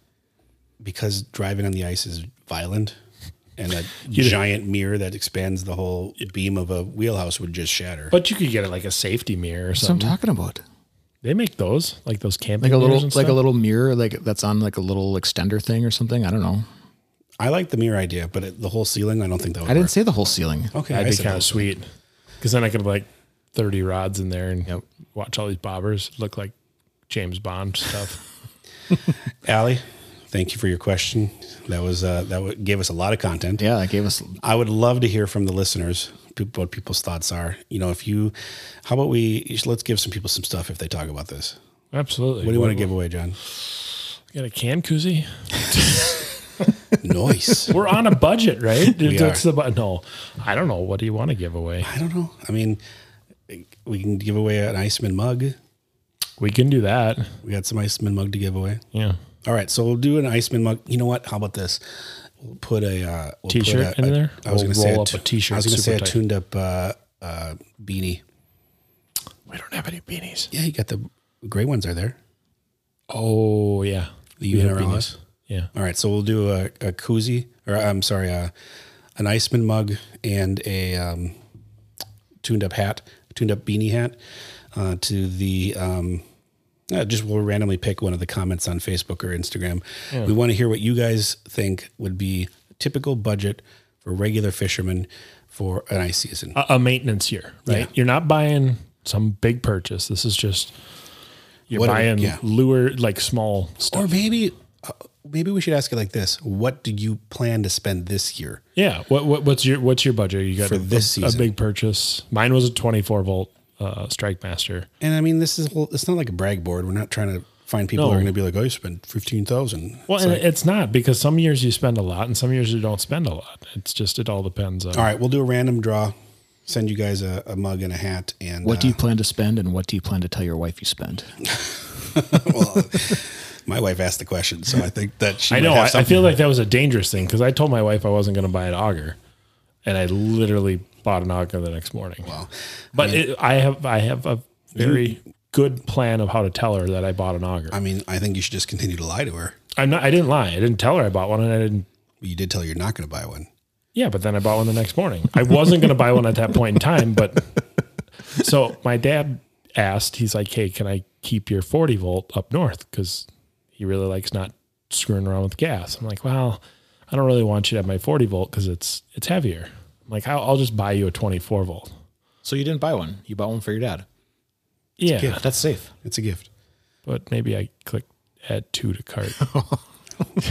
because driving on the ice is violent, and a giant mirror that expands the whole beam of a wheelhouse would just shatter. but you could get it like a safety mirror or something. talking about They make those like those camping like a little mirrors and like a stuff. little mirror like that's on like a little extender thing or something i don't know I like the mirror idea, but it, the whole ceiling, I don't think that would i work. didn't say the whole ceiling Okay, I That'd be said kind that. of sweet. Because then I could have like thirty rods in there and Yep. watch all these bobbers look like James Bond stuff. Allie, thank you for your question. That was uh, that w- gave us a lot of content. Yeah, that gave us. I would love to hear from the listeners pe- what people's thoughts are. You know, if you, how about we let's give some people some stuff if they talk about this. Absolutely. What do you want to give away, John? Got a can koozie? Noise. We're on a budget, right? That's are. the bu- no. I don't know. What do you want to give away? I don't know. I mean, we can give away an Iceman mug. We can do that. We got some Iceman mug to give away. Yeah. All right, so we'll do an Iceman mug. You know what? How about this? We'll put a uh, we'll put T-shirt a- in a- there? I was We'll going to say roll a up tu- a t-shirt I was going to super say a tight. tuned up uh, uh, beanie. We don't have any beanies. Yeah, you got the gray ones. Are there? Oh yeah, The We have UNRLS? beanies. Yeah, All right, so we'll do a, a koozie, or I'm sorry, uh, an Iceman mug and a um, tuned up hat, tuned up beanie hat uh, to the. Um, uh, just we'll randomly pick one of the comments on Facebook or Instagram. We want to hear what you guys think would be a typical budget for regular fishermen for an ice season. a, a maintenance year, right? You're not buying some big purchase. This is just you're What are we- buying yeah. lure like small or maybe, uh, maybe we should ask it like this: What do you plan to spend this year? Yeah. What, what what's your what's your budget? You got For a- this a, season. big purchase. Mine was a 24 volt uh, Strike Master. And I mean, this is well, it's not like a brag board. We're not trying to find people who are No. going to be like, "Oh, you spent fifteen thousand. Well, and it's not because some years you spend a lot and some years you don't spend a lot. It's just it all depends on. All right, we'll do a random draw. Send you guys a, a mug and a hat. And What do uh, you plan to spend, and what do you plan to tell your wife you spend? well, my wife asked the question, so I think that she. I might know. I, have I something. feel like that was a dangerous thing because I told my wife I wasn't going to buy an auger, and I literally bought an auger the next morning. Wow. But I, it, I have I have a very good plan of how to tell her that I bought an auger. I mean, I think you should just continue to lie to her. I'm not. I didn't lie. I didn't tell her I bought one, and I didn't You did tell her you're not going to buy one. Yeah, but then I bought one the next morning. I wasn't going to buy one at that point in time, but so my dad asked, he's like, "Hey, can I keep your 40 volt up north cuz he really likes not screwing around with gas." I'm like, "Well, I don't really want you to have my 40 volt cuz it's it's heavier." I'm like, "I'll, I'll just buy you a 24 volt." So you didn't buy one; you bought one for your dad. Yeah, That's safe. It's a gift. but maybe I clicked add two to cart.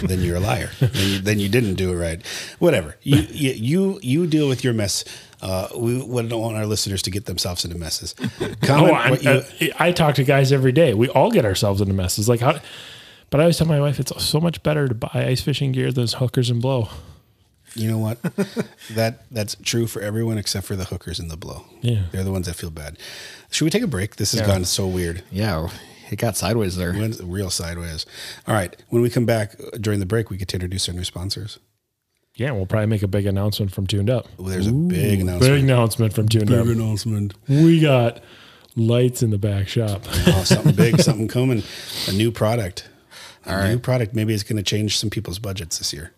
then you're a liar. then, you, then you didn't do it right. Whatever. You you you, you deal with your mess. Uh, we, we don't want our listeners to get themselves into messes. Comment Oh, I'm- what you, I, I talk to guys every day. We all get ourselves into messes. Like how, but I always tell my wife it's so much better to buy ice fishing gear than hookers and blow. You know what? that that's true for everyone except for the hookers and the blow. Yeah. they're the ones that feel bad. Should we take a break? This has gone so weird. Yeah, it got sideways there. Went real sideways. All right. When we come back uh, during the break, we get to introduce our new sponsors. Yeah, we'll probably make a big announcement from Tuned Up. Well, there's a big Big announcement. announcement from Tuned Up. announcement. We got lights in the back shop. Oh, something big, something coming. A new product. A right. new product. Maybe it's going to change some people's budgets this year.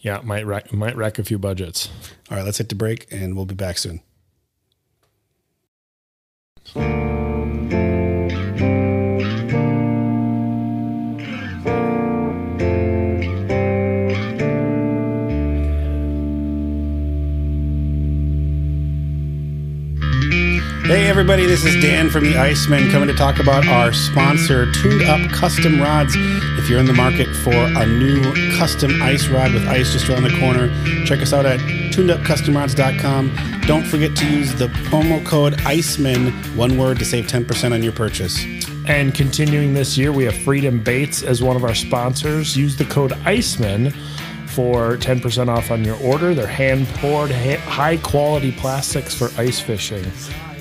Yeah, it might wreck, might wreck a few budgets. All right. Let's hit the break, and we'll be back soon. Hey everybody, this is Dan from the Iceman coming to talk about our sponsor, Tuned Up Custom Rods. If you're in the market for a new custom ice rod with ice just around the corner, check us out at tunedupcustomrods.com. Don't forget to use the promo code E Iceman, one word, to save 10% on your purchase. And continuing this year, we have Freedom Baits as one of our sponsors. Use the code ICEMAN for 10% off on your order. They're hand poured, high quality plastics for ice fishing.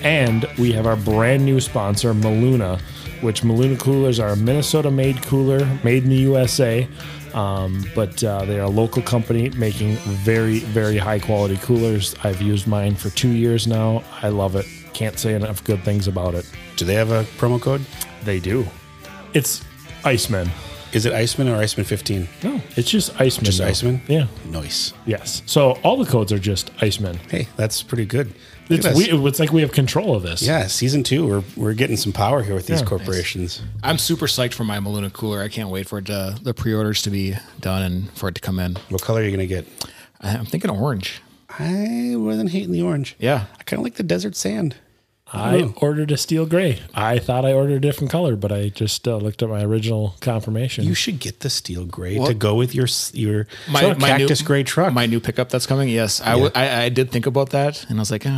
And we have our brand new sponsor, Maluna, which Maluna coolers are a Minnesota made cooler made in the USA. Um, but uh, they are a local company making very, very high quality coolers. I've used mine for two years now. I love it. Can't say enough good things about it. Do they have a promo code? They do. It's Iceman. Is it E Iceman or Iceman 15? No, it's just Iceman. Just though. Iceman? Yeah. Nice. Yes. So all the codes are just Iceman. Hey, that's pretty good. Look It's at us. we, it's like we have control of this. Yeah, season two, we're, we're getting some power here with these Yeah. corporations. I'm super psyched for my Maluna cooler. I can't wait for it to, the pre-orders to be done and for it to come in. What color are you going to get? I- I'm thinking orange. I wasn't hating the orange. Yeah. I kind of like the desert sand. I Oh. ordered a steel gray. I thought I ordered a different color, but I just uh, looked at my original confirmation. You should get the steel gray to go with your s- your My, sort of my cactus new, gray truck. My new pickup that's coming. Yes, I, w- I I did think about that, and I was like, uh,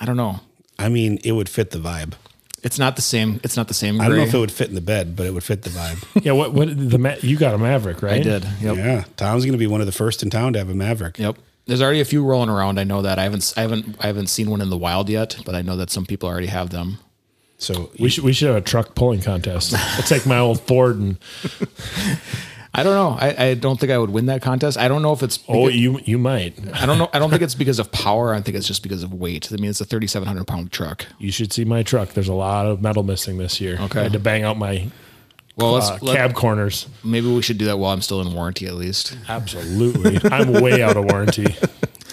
I don't know. I mean, it would fit the vibe. It's not the same. It's not the same. Gray. I don't know if it would fit in the bed, but it would fit the vibe. yeah. What? What? The Ma- you got a Maverick, right? I did. Yep. yeah, Tom's going to be one of the first in town to have a Maverick. Yep. There's already a few rolling around. I know that. I haven't. I haven't. I haven't seen one in the wild yet, but I know that some people already have them. So We should we should have a truck pulling contest. I'll take my old Ford and I don't know. I, I don't think I would win that contest. I don't know if it's. Oh, you you might. I don't know. I don't think it's because of power. I think it's just because of weight. I mean, it's a 3,700 pound truck. You should see my truck. There's a lot of metal missing this year. Okay. I had to bang out my Well, let's, uh, let- cab corners. maybe we should do that while I'm still in warranty, at least. Absolutely. I'm way out of warranty.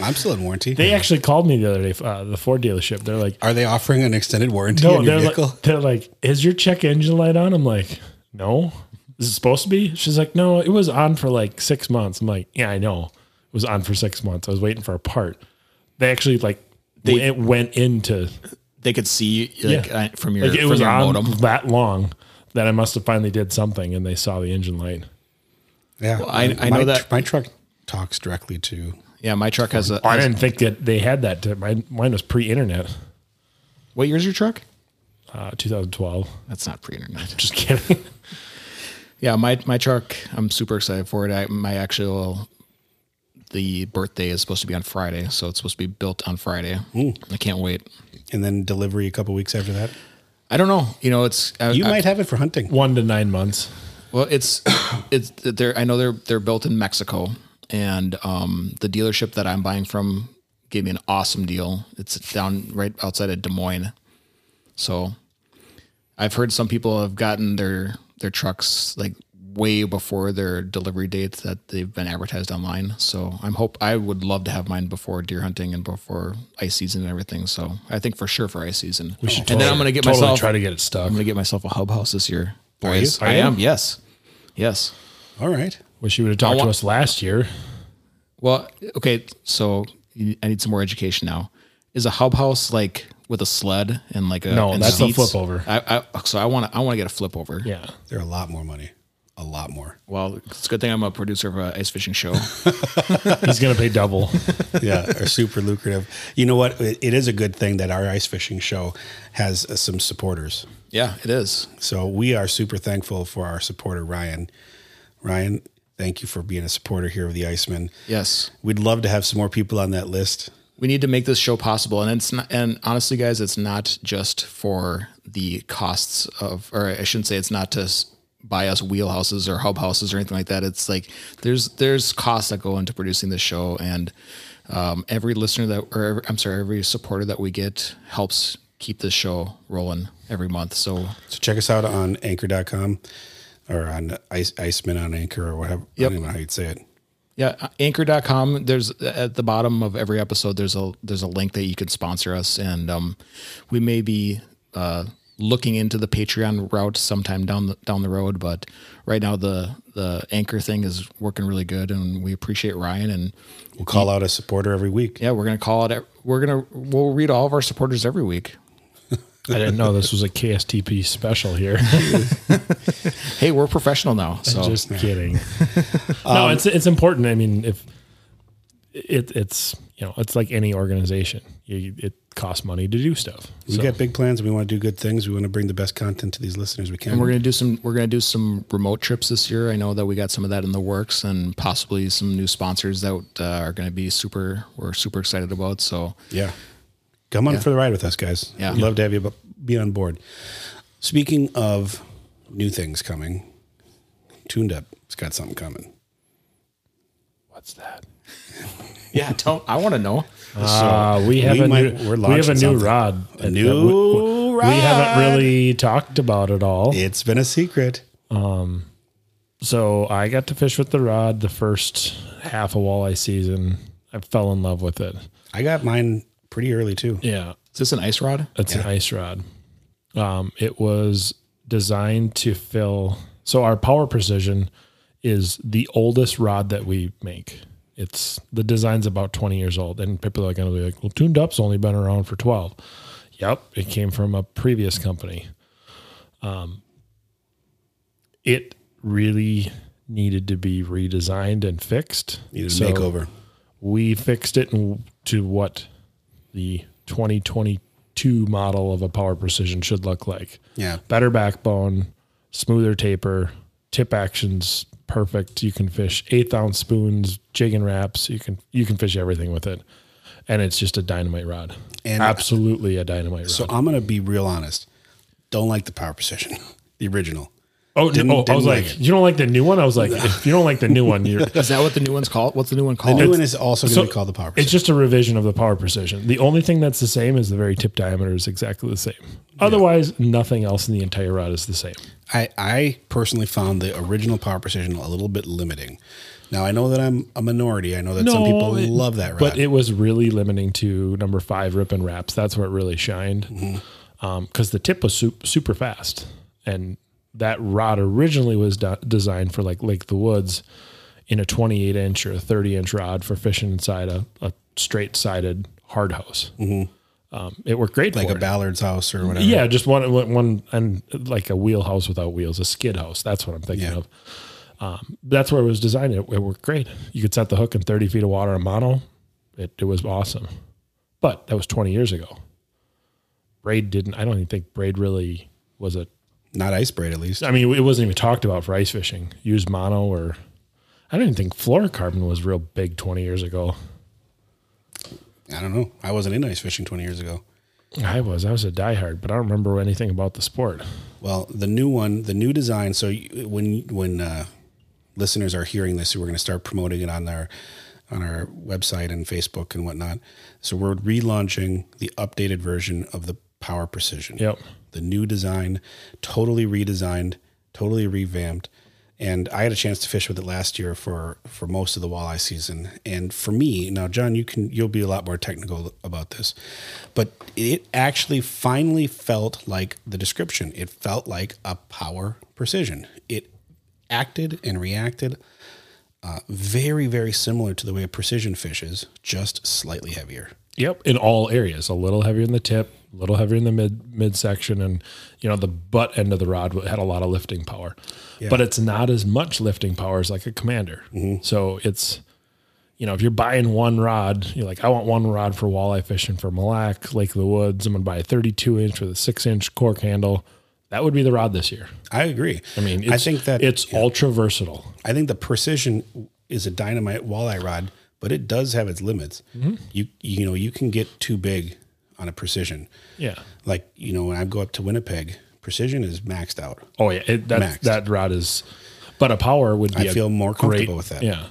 I'm still in warranty. They actually called me the other day, uh, the Ford dealership. They're like, Are they offering an extended warranty no, on your they're vehicle? like, they're like, is your check engine light on? I'm like, no. Is it supposed to be? She's like, no, it was on for like six months. I'm like, yeah, I know. It was on for six months. I was waiting for a part. They actually like, they it went into They could see like, Yeah. uh, from your, like it from was your on modem. that long that I must have finally did something and they saw the engine light. yeah, I- I my, know that- my truck talks directly to. Yeah, my truck has a. I didn't think that they had that. To, mine, mine was pre-internet, what year's your truck? uh, 2012. That's not pre-internet. Just kidding. Yeah, my my truck. I'm super excited for it. I, my actual the birthday is supposed to be on Friday, so it's supposed to be built on Friday. I can't wait. And then delivery a couple weeks after that. I don't know. You know, it's I, You I- might have it for hunting. One to nine months. Well, it's it's they're I know they're they're built in Mexico, and um, the dealership that I'm buying from gave me an awesome deal. It's down right outside of Des Moines, so I've heard some people have gotten their their trucks like way before their delivery dates that they've been advertised online. So I'm hope I would love to have mine before deer hunting and before ice season and everything. So I think for sure for ice season, we should. and then I'm gonna get totally myself try to get it stuck. I'm gonna get myself a hub house this year, boys. Are I you? am. Yes, yes. All right. Wish you would have talked wa- to us last year. Well, okay. So you- I need some more education now. Is a hub house like with a sled and like a No, and that's a flip over. I, I, so I want to I want to get a flip over. Yeah. They're a lot more money. A lot more. Well, it's a good thing I'm a producer of a ice fishing show. He's going to pay double. yeah, are super lucrative. You know what? It, it is a good thing that our ice fishing show has uh, some supporters. yeah, it is. So we are super thankful for our supporter, Ryan. Ryan, thank you for being a supporter here of the Iceman. Yes, We'd love to have some more people on that list. we need to make this show possible, and it's not. And honestly, guys, it's not just for the costs of, or I shouldn't say, it's not to s- buy us wheelhouses or hub houses or anything like that. It's like there's there's costs that go into producing this show, and um, every listener that, or every, I'm sorry, every supporter that we get helps keep this show rolling every month. So So check us out on anchor.com or on ice, Iceman on Anchor or whatever. I Yep. don't even know how you'd say it. Yeah, uh, anchor.com. There's uh, at the bottom of every episode there's a there's a link that you can sponsor us and um we may be uh looking into the Patreon route sometime down the down the road, but right now the the anchor thing is working really good and we appreciate Ryan and We'll call out a supporter every week. yeah, we're going to call it e, we're going to we'll read all of our supporters every week. I didn't know this was a KSTP special here. Hey, we're professional now. So Just kidding. no, Um, it's it's important. I mean, if it it's you know it's like any organization, you, it costs money to do stuff. We got big plans. We want to do good things. We want to bring the best content to these listeners we can. And we're gonna do some we're gonna do some remote trips this year. I know that we got some of that in the works, and possibly some new sponsors that uh, are gonna be super we're super excited about. So Yeah. Come on for the ride with us, guys. Yeah. We'd love to have you bu- be on board. Speaking of new things coming, Tuned Up has got something coming. What's that? yeah, don't I want to know? Uh, we have we a might- new, we're we have a launching new something. rod. that new we- we, rod. We haven't really talked about it all. It's been a secret. So I got to fish with the rod the first half of walleye season. I fell in love with it. I got mine pretty early too. Yeah, Is this an ice rod? It's an ice rod. Um, it was designed to fill. So our power precision is the oldest rod that we make. It's the design's about 20 years old, and people are going to be like, "Well, tuned up's only been around for 12." Yep, it came from a previous company. Um, it really needed to be redesigned and fixed. Needed So- a makeover. we fixed it in, to what the 2022 model of a power precision should look like. Yeah. Better backbone, smoother taper, tip actions perfect. You can fish eighth ounce spoons, jig and wraps. You can you can fish everything with it, and it's just a dynamite rod. And- uh, Absolutely a dynamite rod. So I'm going to be real honest. Don't like the power precision, the original. Oh, Didn't- no, oh, I didn't was like, like it. you don't like the new one. I was like, if you don't like the new one, you're. Is that what the new one's called? What's the new one The called? new one is also going to So, be called the power. It's just a revision of the power precision. The only thing that's the same is the very tip diameter is exactly the same. Otherwise, nothing else in the entire rod is the same. I, I personally found the original Power Precision a little bit limiting. Now I know that I'm a minority. I know that some people it- love that rod. But it was really limiting to number five rip and wraps. That's where it really shined. Because Mm-hmm. the tip was su- super fast. And that rod originally was do- designed for like Lake the Woods in a 28 inch or a 30 inch rod for fishing inside a, a straight sided hard house. Um, it worked great Mm-hmm. like for a it. Ballard's house or whatever. Yeah, just one one- one and like a wheelhouse without wheels, a skid house. That's what I'm thinking Yeah. of. Um, that's where it was designed. It, it worked great. You could set the hook in 30 feet of water on mono. It, it was awesome. But that was 20 years ago. Braid didn't. I don't even think braid really was a. Not ice braid at least. I mean, it wasn't even talked about for ice fishing. Use mono or. I don't even think fluorocarbon was real big 20 years ago. I don't know. I wasn't in ice fishing 20 years ago. I was. I was a diehard, but I don't remember anything about the sport. Well, the new one, the new design. So you- when when uh, listeners are hearing this, we're going to start promoting it on our on our website and Facebook and whatnot. So we're relaunching the updated version of the Power Precision. Yep. The new design, totally redesigned, totally revamped. And I had a chance to fish with it last year for for most of the walleye season. And for me, now John, you can you'll be a lot more technical about this, but it actually finally felt like the description. It felt like a power precision. It acted and reacted uh, very very similar to the way a precision fishes, just slightly heavier. Yep, in all areas, a little heavier in the tip, a little heavier in the mid midsection, and you know the butt end of the rod had a lot of lifting power, but it's not as much lifting power as like a commander. So it's, you know, if you're buying one rod, you're like, I want one rod for walleye fishing for Mille Lac, Lake of the Woods. I'm gonna buy a 32 inch with a six inch cork handle. That would be the rod this year. I agree. I mean, it's, I think that it's ultra versatile. I think the precision is a dynamite walleye rod, but it does have its limits. Mm-hmm. You you know you can get too big on a precision. Yeah. Like you know when I go up to Winnipeg, precision is maxed out. Oh yeah, it, that's, Maxed. that rod is. But a power would be. I a feel more great- comfortable with that. Yeah.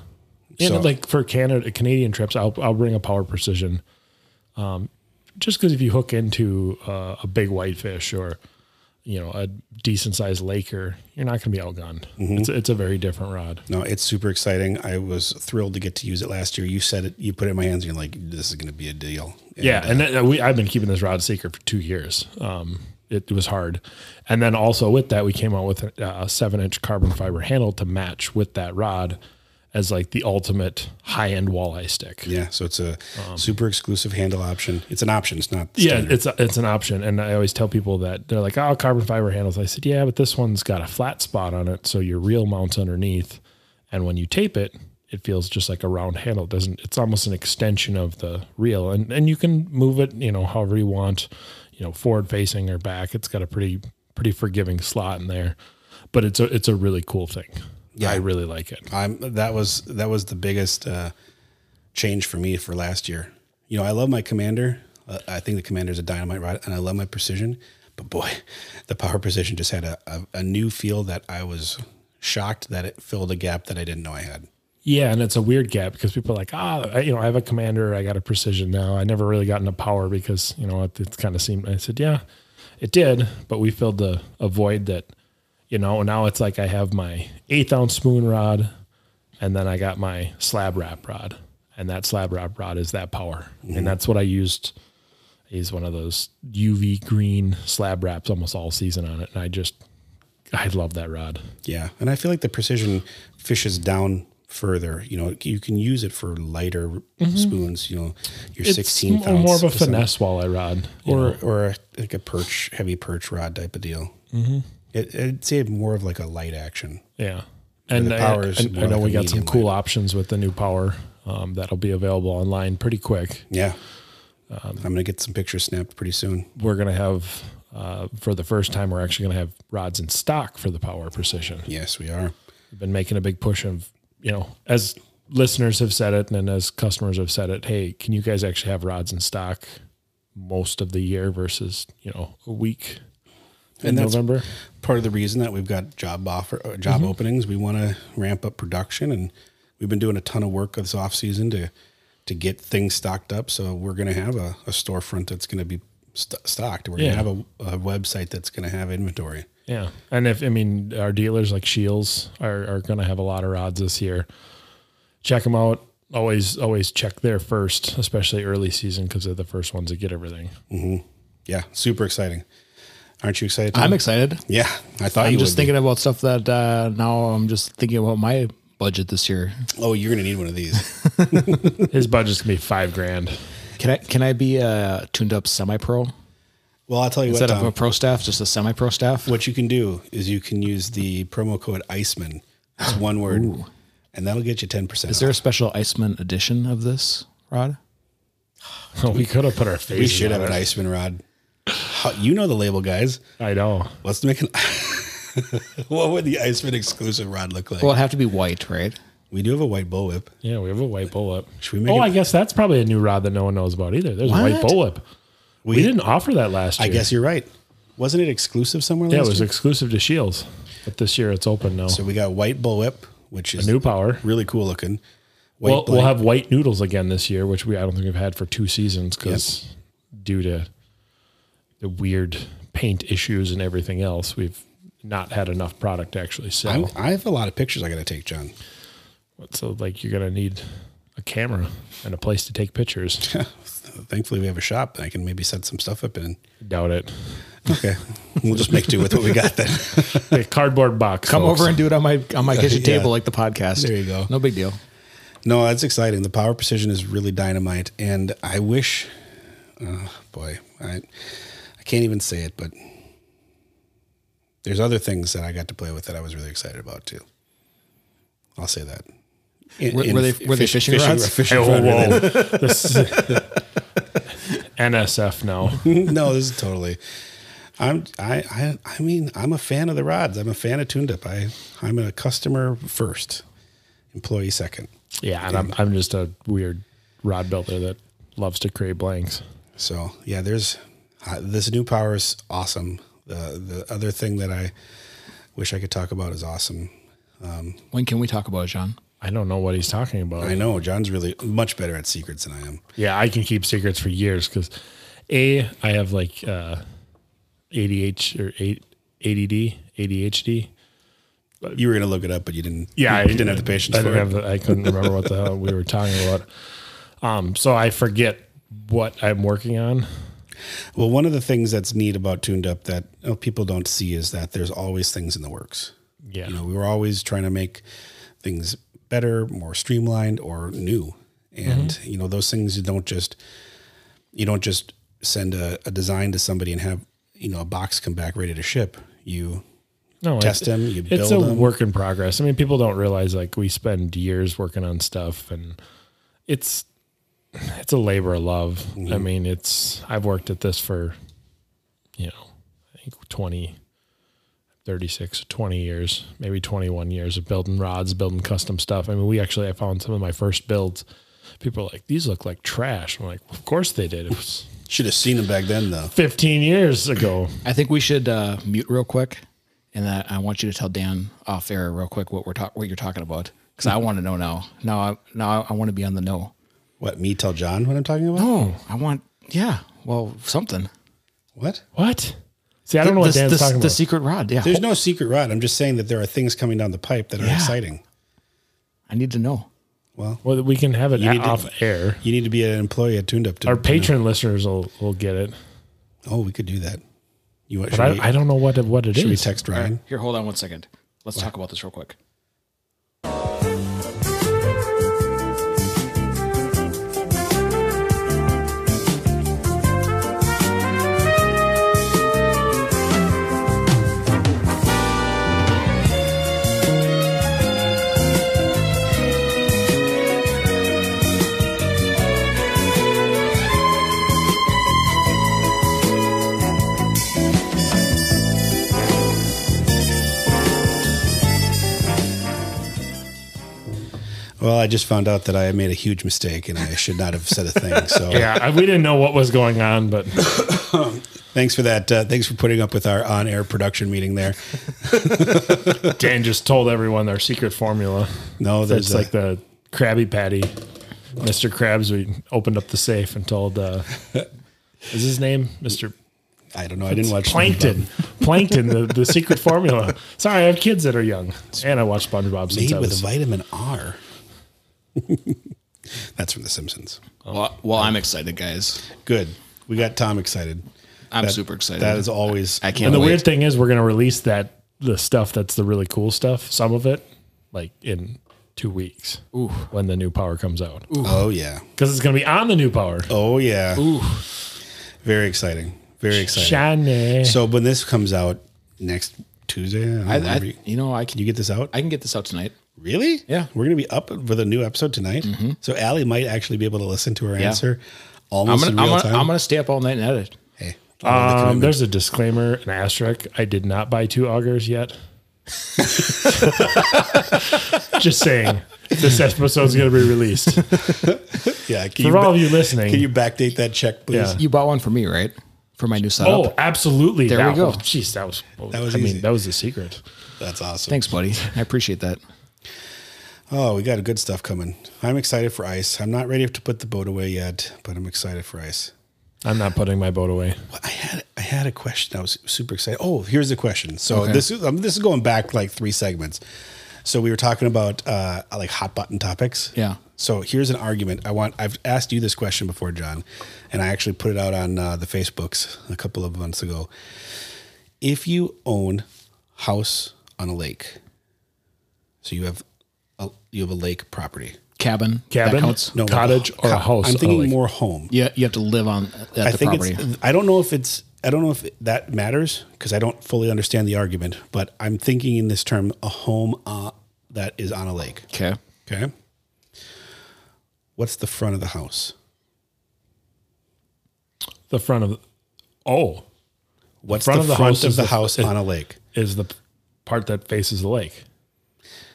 And So- like for Canada, Canadian trips, I'll, I'll bring a power precision. Um, just because if you hook into uh, a big whitefish or, you know, a decent sized laker, you're not going to be outgunned. Mm-hmm. It's, it's a very different rod. No, it's super exciting. I was thrilled to get to use it last year. You said it. You put it in my hands. and You're like, this is going to be a deal. And, Yeah, uh, and that, we I've been keeping this rod secret for two years. Um, it was hard, and then also with that, we came out with a, a seven-inch carbon fiber handle to match with that rod as like the ultimate high-end walleye stick. yeah. So it's a super exclusive handle option. It's an option. It's not. Um, Yeah, standard. it's a, it's an option, and I always tell people that they're like, "Oh, carbon fiber handles." I said, "Yeah, but this one's got a flat spot on it, so your reel mounts underneath, and when you tape it, it feels just like a round handle. It doesn't it's almost an extension of the reel, and and you can move it, you know, however you want, you know, forward facing or back. It's got a pretty pretty forgiving slot in there, but it's a it's a really cool thing. Yeah, I really like it. I'm that was that was the biggest uh, change for me for last year. You know, I love my commander. Uh, I think the commander is a dynamite rod, and I love my precision. But boy, the power precision just had a, a, a new feel that I was shocked that it filled a gap that I didn't know I had. Yeah, and it's a weird gap because people are like, ah, I- you know, I have a commander, I got a precision now. I never really got into power because you know it, it kind of seemed. I said, yeah, it did, but we filled the a void that, you know, now it's like I have my eighth ounce spoon rod, and then I got my slab wrap rod, and that slab wrap rod is that power, and that's what I used. I used one of those UV green slab wraps almost all season on it, and I just, I love that rod. Yeah, and I feel like the precision fishes down further. You know, you can use it for lighter spoons. You know, your sixteen Mm-hmm. it's ounce, more of a to some- finesse walleye rod, you know? or or a, like a perch, heavy perch rod type of deal. Mm-hmm. It, it'd say more of like a light action. Yeah. And the I, power is and I more know like we a got some medium cool options with the new power um, that'll be available online pretty quick. Yeah. I'm going to get some pictures snapped pretty soon. We're going to have, uh, for the first time, we're actually going to have rods in stock for the power precision. Yes, we are. We've been making a big push of, you know, as listeners have said it and as customers have said it, hey, can you guys actually have rods in stock most of the year versus, you know, a week? in that's- November. part of the reason that we've got job offer uh, job openings we want to ramp up production and we've been doing a ton of work this off season to to get things stocked up so we're going to have a, a storefront that's going to be st- stocked we're Yeah. going to have a, a website that's going to have inventory Yeah, and if I mean our dealers like Shields are are going to have a lot of rods this year. Check them out. Always always check there first, especially early season because they're the first ones to get everything. yeah super exciting aren't you excited Tom? I'm excited. yeah i thought I'm you just would be. thinking about stuff that uh, now I'm just thinking about my budget this year. oh you're going to need one of these His budget's gonna be five grand. Can I can I be uh, tuned up semi pro well i'll tell you instead what of a Tom, pro staff, just a semi pro staff? what you can do is you can use the promo code iceman it's one word and that'll get you 10% Is there a special Iceman edition of this rod? we could have put our face. We should have an Iceman rod. How- you know the label, guys. I know. Let's make an. what would the Iceman exclusive rod look like? Well, it'd have to be white, right? we do have a white bullwhip. Yeah, we have a white bullwhip. Should we make oh, it- I guess that's probably a new rod that no one knows about either. There's a white What? bullwhip. We, didn't offer that last year. I guess you're right. Wasn't it exclusive somewhere yeah, it last was year? exclusive to Shields, but this year it's open now. so we got white bullwhip, which is new power. really cool looking. White Well, we'll blank- have white noodles again this year, which we I don't think we've had for two seasons because due to the weird paint issues and everything else, we've not had enough product to actually I'm, sell. I have a lot of pictures I got to take, John. so like you're gonna need a camera and a place to take pictures. Thankfully, we have a shop that I can maybe set some stuff up in. Doubt it. Okay, we'll just make do with what we got then. A cardboard box. Come folks. over and do it on my on my kitchen Yeah. table like the podcast. There you go. No big deal. No, that's exciting. The power precision is really dynamite, and I wish, oh boy, I, I can't even say it, but there's other things that I got to play with that I was really excited about too. I'll say that. In- Were- in were they- f- were they fishing rods? fishing Hey, whoa, rod related. whoa. This is- NSF now. no, this is totally. I'm I, I I mean I'm a fan of the rods. I'm a fan of tuned up. I I'm a customer first, employee second. Yeah, and I'm I'm just a weird rod builder that loves to create blanks. So yeah, there's uh, this new power is awesome. The the other thing that I wish I could talk about is awesome. When can we talk about it, John? I don't know what he's talking about. I know John's really much better at secrets than I am. Yeah, I can keep secrets for years because a I have like uh, ADH or eight ADD ADHD. You were gonna look it up, but you didn't. Yeah, you didn't have the patience I for it. didn't have. The, I couldn't remember what the hell we were talking about. Um, so I forget what I'm working on. well, one of the things that's neat about Tuned Up that uh, people don't see is that there's always things in the works. Yeah, You know, we were always trying to make things better, more streamlined, or new. And Mm-hmm. you know, those things you don't just you don't just send a, a design to somebody and have you know a box come back ready to ship. You no, test it's, them, you it's build a them. work in progress. I mean, people don't realize like we spend years working on stuff, and it's it's a labor of love. Mm-hmm. I mean, it's I've worked at this for you know, I think 20, 36, 20 years, maybe 21 years of building rods, building custom stuff. I mean, we actually, I found some of my first builds. People are like, these look like trash. I'm like, of course they did. It was Should have seen them back then, though. 15 years ago. I think we should uh, mute real quick, and then I want you to tell Dan off air real quick what we're talk- what you're talking about because I want to know now. Now, I, now I want to be on the know. What me tell John what I'm talking about? Oh, I want yeah. Well, something. What? What? See, I don't know the, what Dan's the, talking the about. secret rod. Yeah, There's no secret rod. I'm just saying that there are things coming down the pipe that are Yeah. exciting. I need to know. Well, well, we can have it need to- off air. you need to be an employee at Tuned Up to Our patron listeners will, will get it. Oh, we could do that. You want? But Should, we, I, I don't know what it, what it should we is. text Ryan? Here, hold on one second. Let's talk about this real quick. Well, I just found out that I made a huge mistake and I should not have said a thing. So yeah, I- we didn't know what was going on, but Thanks for that. Uh, thanks for putting up with our on-air production meeting there. Dan just told everyone their secret formula. No, That's there's like the like Krabby Patty. Mr. Krabs, we opened up the safe and told, uh, is his name Mr. I don't know. I didn't watch Plankton? SpongeBob. Plankton, the, the secret formula. Sorry, I have kids that are young. And I watched SpongeBob since I made with was. vitamin R. That's from The Simpsons. Oh. Well, well, I'm excited, guys. Good. We got Tom excited. I'm That- super excited. That is always I can't. and the wait. weird thing is, we're going to release that, the stuff that's the really cool stuff, some of it, like in two weeks when the new power comes out. Oh yeah. Because it's going to be on the new power. Oh yeah. Very exciting. Very exciting. Shiny. So when this comes out next Tuesday, I don't know, I, whenever I, you, you know, I can. you get this out? I can get this out tonight. really? Yeah. Mm-hmm. We're gonna be up with a new episode tonight. So Allie might actually be able to listen to her answer I'm almost gonna, in I'm real gonna, time. I'm gonna stay up all night and edit. hey, Um, there's a disclaimer, an asterisk. I did not buy two augers yet. Just saying, this episode's going to be released. yeah. Can you, For all of ba- you listening, can you backdate that check, please? Yeah. You bought one for me, right? For my new setup. oh, absolutely. There that we go. was- Jeez, that was. That was I easy. mean, that was the secret. That's awesome. Thanks, buddy. I appreciate that. Oh, we got good stuff coming. I'm excited for ice. I'm not ready to put the boat away yet, but I'm excited for ice. I'm not putting my boat away. Well, I had I had a question. I was super excited. Oh, here's the question. So this is um, this is going back like three segments. So we were talking about uh, like hot button topics. Yeah. So here's an argument. I want. I've asked you this question before, John, and I actually put it out on uh, the Facebooks a couple of months ago. If you own house on a lake, so you have a, you have a lake property. Cabin. Cabin, That counts. No, cottage, or a co- house. I'm on a thinking lake. more home. Yeah, you have to live on at I the think property. it's. I don't know if it's. I don't know if that matters because I don't fully understand the argument. But I'm thinking in this term, a home uh, that is on a lake. okay. Okay. What's the front of the house? the front of. Oh, What's front the of the front house of is the the- house it- on a lake? is the part that faces the lake.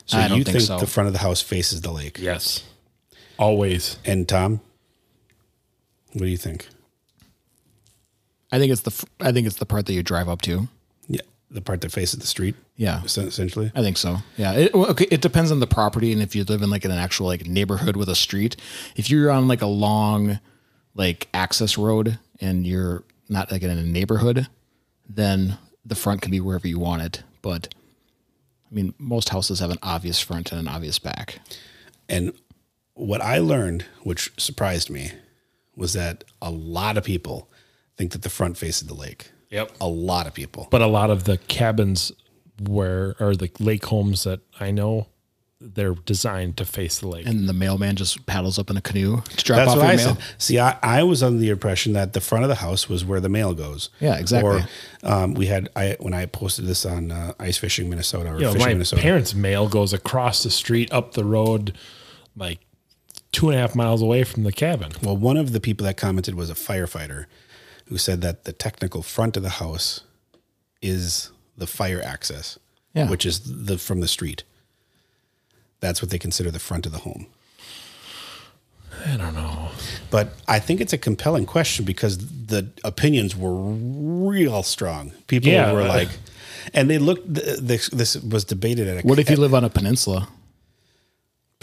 So I don't you think so. the front of the house faces the lake? Yes, always. And Tom, what do you think? I think it's the fr- I think it's the part that you drive up to. Yeah, the part that faces the street. Yeah. es- essentially. I think so. Yeah. It, well, okay. It depends on the property and if you live in like an actual like neighborhood with a street. If you're on like a long like access road and you're not like in a neighborhood, then the front can be wherever you want it. But I mean, most houses have an obvious front and an obvious back. And what I learned, which surprised me, was that a lot of people think that the front faces the lake. Yep. A lot of people. but a lot of the cabins where or the lake homes that I know, they're designed to face the lake. And the mailman just paddles up in a canoe to drop That's off what your I mail. said. See, I, I was under the impression that the front of the house was where the mail goes. Yeah, exactly. Or um, we had I when I posted this on uh, Ice Fishing Minnesota or you know, Fishing my Minnesota. parents' mail goes across the street, up the road, like two and a half miles away from the cabin. Well, one of the people that commented was a firefighter who said that the technical front of the house is the fire access, Yeah. which is the from the street. That's what they consider the front of the home. I don't know. But I think it's a compelling question because the opinions were real strong. People Yeah. were like, and they looked. th- This, this was debated at a. What if you live on a peninsula?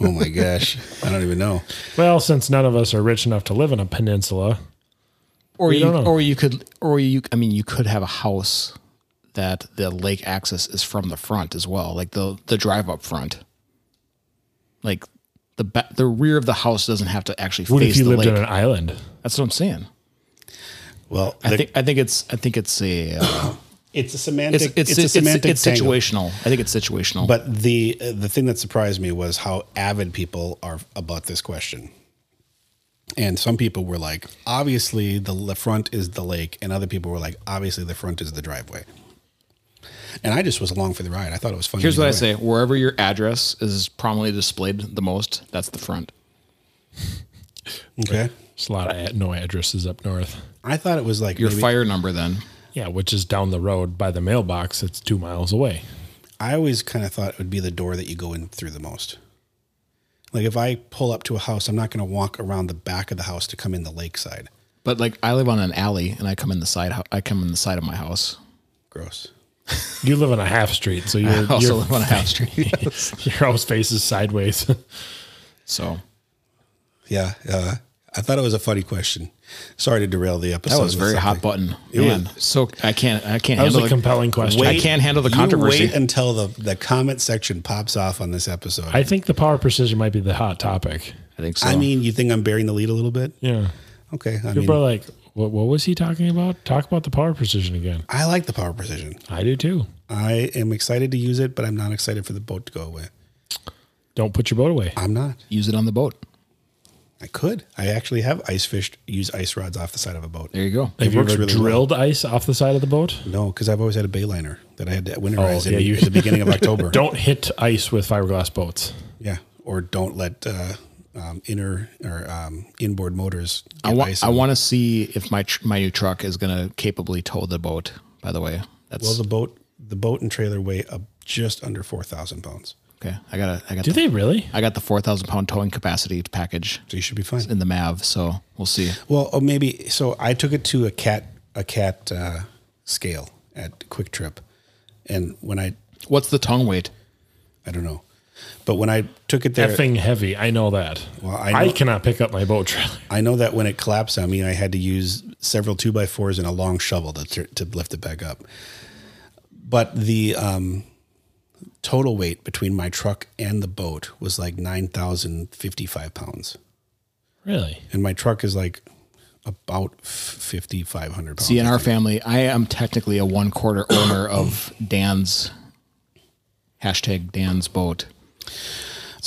oh my gosh, I don't even know. Well, since none of us are rich enough to live in a peninsula, or We you don't know. or you could or you I mean you could have a house that the lake access is from the front as well, like the the drive up front. Like the ba- the rear of the house doesn't have to actually what face if you the lived lake. on an island? That's what I'm saying. Well, I the- think I think it's I think it's a uh, it's a semantic. it's It's, it's it's, a semantic it's, tangle. situational. I think it's situational. But the uh, the thing that surprised me was how avid people are about this question. And some people were like, obviously the le- front is the lake, and other people were like, obviously the front is the driveway. And I just was along for the ride. I thought it was funny. here's what I say: wherever your address is prominently displayed the most, that's the front. Okay. There's a lot of ad- no addresses up north. I thought it was like Your maybe- fire number then. Yeah, which is down the road by the mailbox. It's two miles away. I always kind of thought it would be the door that you go in through the most. Like if I pull up to a house, I'm not going to walk around the back of the house to come in the lakeside. But like I live on an alley and I come in the side hou- I come in the side of my house. Gross. You live on a half street, so I you're, also you're live on a house street. your house faces sideways. so Yeah. Uh, I thought it was a funny question. Sorry to derail the episode. that was with very hot something. button. Man, so I can't I can't That was handle a the- compelling question. I can't handle the You controversy. wait until the, the comment section pops off on this episode. I think the power precision might be the hot topic. I think so. I mean, you think I'm burying the lead a little bit? Yeah. Okay. I People are mean, like, what, what was he talking about? Talk about the power precision again. I like the power precision. I do too. I am excited to use it, but I'm not excited for the boat to go away. Don't put your boat away. I'm not. use it on the boat. I could. I actually have ice fished, use ice rods off the side of a boat. There you go. Have you works ever really well. drilled ice off the side of the boat? No, because I've always had a bayliner that I had to winterize Oh, in yeah, you- at the beginning of October. Don't hit ice with fiberglass boats. Yeah. Or don't let uh, um, inner or um, inboard motors I get want ice I in. want to see if my tr- my new truck is going to capably tow the boat. By the way, that's Well, the boat, the boat and trailer weigh up just under four thousand pounds, okay. I got I got Do the, they really? I got the four thousand pound towing capacity package so you should be fine. in the Mav. So we'll see. Well, or maybe so. I took it to a cat a cat uh, scale at Quick Trip, and when I What's the tongue weight? I don't know, but when I took it there, Effing heavy. I know that. Well, I I, know- cannot pick up my boat trailer. I know that when it collapsed on me, I had to use several two by fours and a long shovel to, tur- to lift it back up. But the um, total weight between my truck and the boat was like nine thousand fifty five pounds, Really? and my truck is like about fifty five hundred pounds. See, in our family, I am technically a one quarter owner of Dan's hashtag Dan's boat.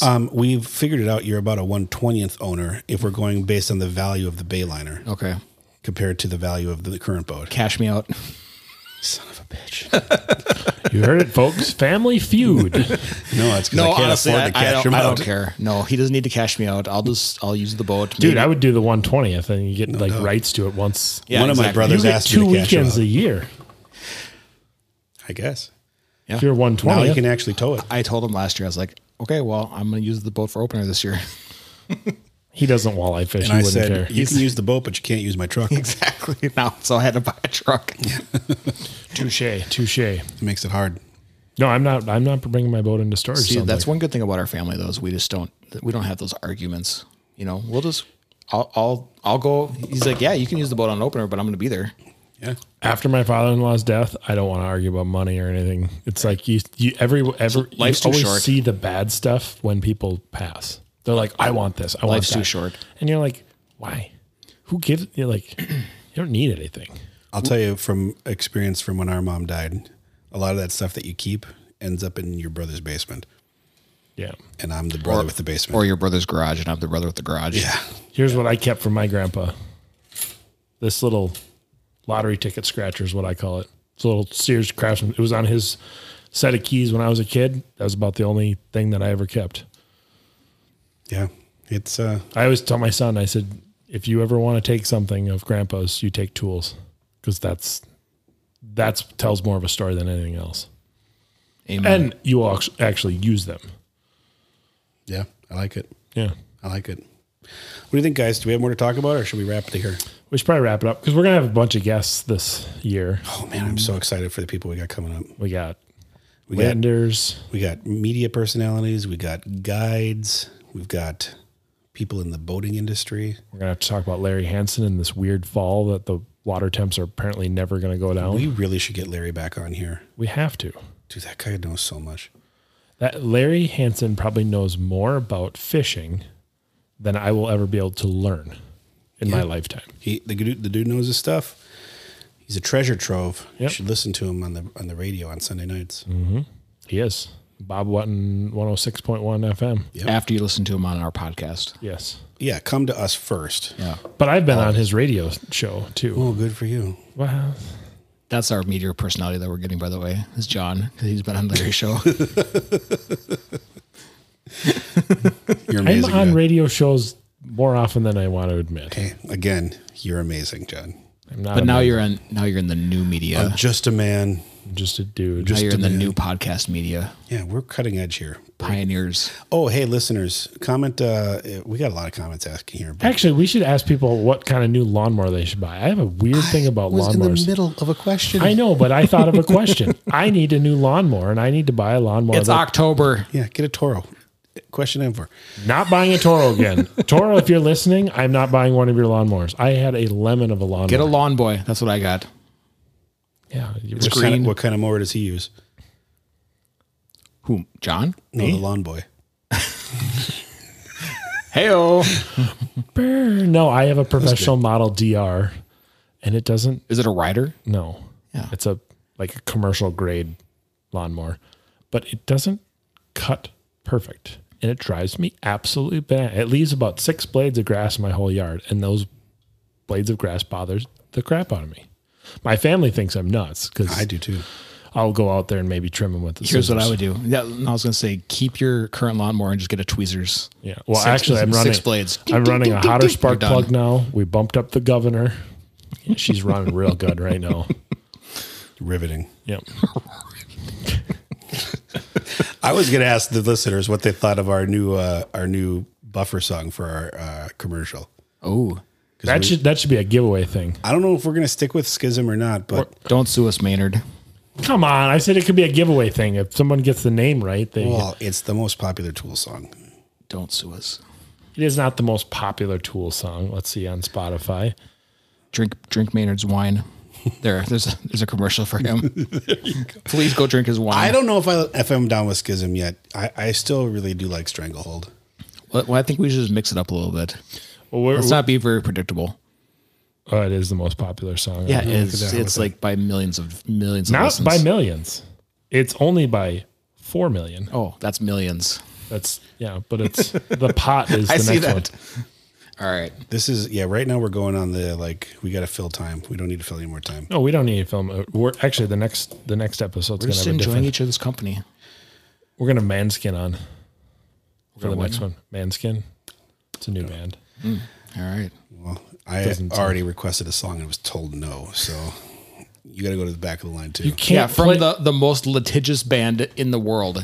Um, we've figured it out. You're about a one twentieth owner if we're going based on the value of the Bayliner Okay, compared to the value of the current boat. cash me out. Son of a bitch. You heard it, folks. Family feud. No, it's because I can't afford to I, cash don't, him I out. don't care. No, he doesn't need to cash me out. I'll just I'll use the boat, Dude, Maybe- I would do the 120th and you get like rights to it once. Yeah, One of my exactly. You brothers get asked two me to cash him weekends out. a year. I guess. If you're Now 120. you can actually tow it. I told him last year. I was like, okay, well, I'm going to use the boat for opener this year. he doesn't walleye fish. he And I wouldn't said, care. you can use the boat, but you can't use my truck. It exactly. Now, so I had to buy a truck. Touche, touche. makes it hard. No, I'm not. I'm not bringing my boat into storage. See, sounds that's like. one good thing about our family, though, is we just don't we don't have those arguments. You know, we'll just I'll I'll, I'll go. He's like, yeah, you can use the boat on opener, but I'm going to be there. Yeah. after my father-in-law's death. I don't want to argue about money or anything. It's like you, you every every life's you too always short. see the bad stuff when people pass. They're like, I want this. I want Life's too that." short. and you're like, why? Who gives? You're like, you don't need anything. I'll tell you from experience from when our mom died, a lot of that stuff that you keep ends up in your brother's basement. Yeah. And I'm the brother with the basement. or your brother's garage, and I'm the brother with the garage. yeah. Here's what I kept from my grandpa. This little lottery ticket scratcher is what I call it. It's a little Sears Craftsman. It was on his set of keys when I was a kid. That was about the only thing that I ever kept. Yeah. It's uh I always tell my son, I said, if you ever want to take something of grandpa's, you take tools because that's that's tells more of a story than anything else. Mm. Amen. And you will act- actually use them. yeah, I like it. Yeah. I like it. What do you think, guys? Do we have more to talk about, or should we wrap it here? We should probably wrap it up because we're gonna have a bunch of guests this year. Oh man, I'm so excited for the people we got coming up. We got We got Landers. we got media personalities, we got guides, we've got people in the boating industry. We're gonna have to talk about Larry Hansen and this weird fall that the water temps are apparently never gonna go down. We We, really should get Larry back on here. have to. Dude, that guy knows so much. That Larry Hansen probably knows more about fishing than I will ever be able to learn in my lifetime. He the dude, the dude knows his stuff. He's a treasure trove. You Yep. should listen to him on the on the radio on Sunday nights. He is. Bob oh Wetton 106.1 FM. After you listen to him on our podcast, Yes. Yeah, come to us first. yeah, But I've Oh. been on his radio show too. Oh, good for you. Wow. that's our meteor personality that we're getting. By the way, is John because he's been on Larry's show. You're I'm amazing. on John. radio shows more often than I want to admit. okay, again, Eh, you're amazing, John. I'm not but a now man. you're on. Now you're in the new media. I'm just a man Just a dude. Now Just you're in the new podcast media Yeah, we're cutting edge here. pioneers. Oh, hey, listeners, comment. Uh, we got a lot of comments asking here. But actually, we should ask people what kind of new lawnmower they should buy. I have a weird thing about was in the lawnmowers. middle of a question. I know, but I thought of a question. I need a new lawnmower, and I need to buy a lawnmower. It's that- October. Yeah, get a Toro. Question info. not buying a Toro again. Toro, if you're listening, I'm not buying one of your lawnmowers. I had a lemon of a lawnmower. Get a lawn boy. That's what I got. yeah, you What were- kind, of, Green. what kind of mower does he use? Who? John? No, the lawn boy. Heyo. Brr. no, I have a professional model DR, and it doesn't. Is it a rider? No, Yeah. it's a like a commercial grade lawnmower, but it doesn't cut perfect, and it drives me absolutely bad. It leaves about six blades of grass in my whole yard, and those blades of grass bothers the crap out of me. My family thinks I'm nuts I because do too. I'll go out there and maybe trim them with the Here's what scissors. I would do. Yeah, I was gonna say, keep your current lawnmower and just get a tweezers. Yeah. Well, Six- actually, I'm running six blades. I'm Ding, running ding, a ding, hotter ding. spark You're done. plug now. We bumped up the governor. Yeah, She's running real good right now. Riveting. Yep. I was going to ask the listeners what they thought of our new uh, our new buffer song for our uh, commercial. Oh, That should that should be a giveaway thing. I don't know if we're going to stick with Schism or not, but don't sue us, Maynard. Come on, I said it could be a giveaway thing. If someone gets the name right, they well, it's the most popular Tool song. Don't sue us. it is not the most popular Tool song. Let's see on Spotify. Drink, drink Maynard's wine. There, there's a, there's a commercial for him. Please go drink his wine. I don't know if I if I'm down with Schism yet. I, I still really do like Stranglehold. Well, well, I think we should just mix it up a little bit. Well, we're, Let's not be very predictable. oh, it is the most popular song. Yeah, at it's, that. it's like by millions of millions. not of listens. by millions. It's only by four million. Oh, that's millions. That's yeah, but it's the pot is the I next see one. that. All right. This is yeah. Right now we're going on the like we got to fill time. We don't need to fill any more time. No, we don't need to film. it. We're actually the next the next episode's We're gonna just have a different. enjoying each other's company. We're gonna manskin on for the what next one. Manskin. It's a new band. All right. Well, I Doesn't already requested a song and was told no. So you got to go to the back of the line too. Can't Yeah, from play- the, the most litigious band in the world.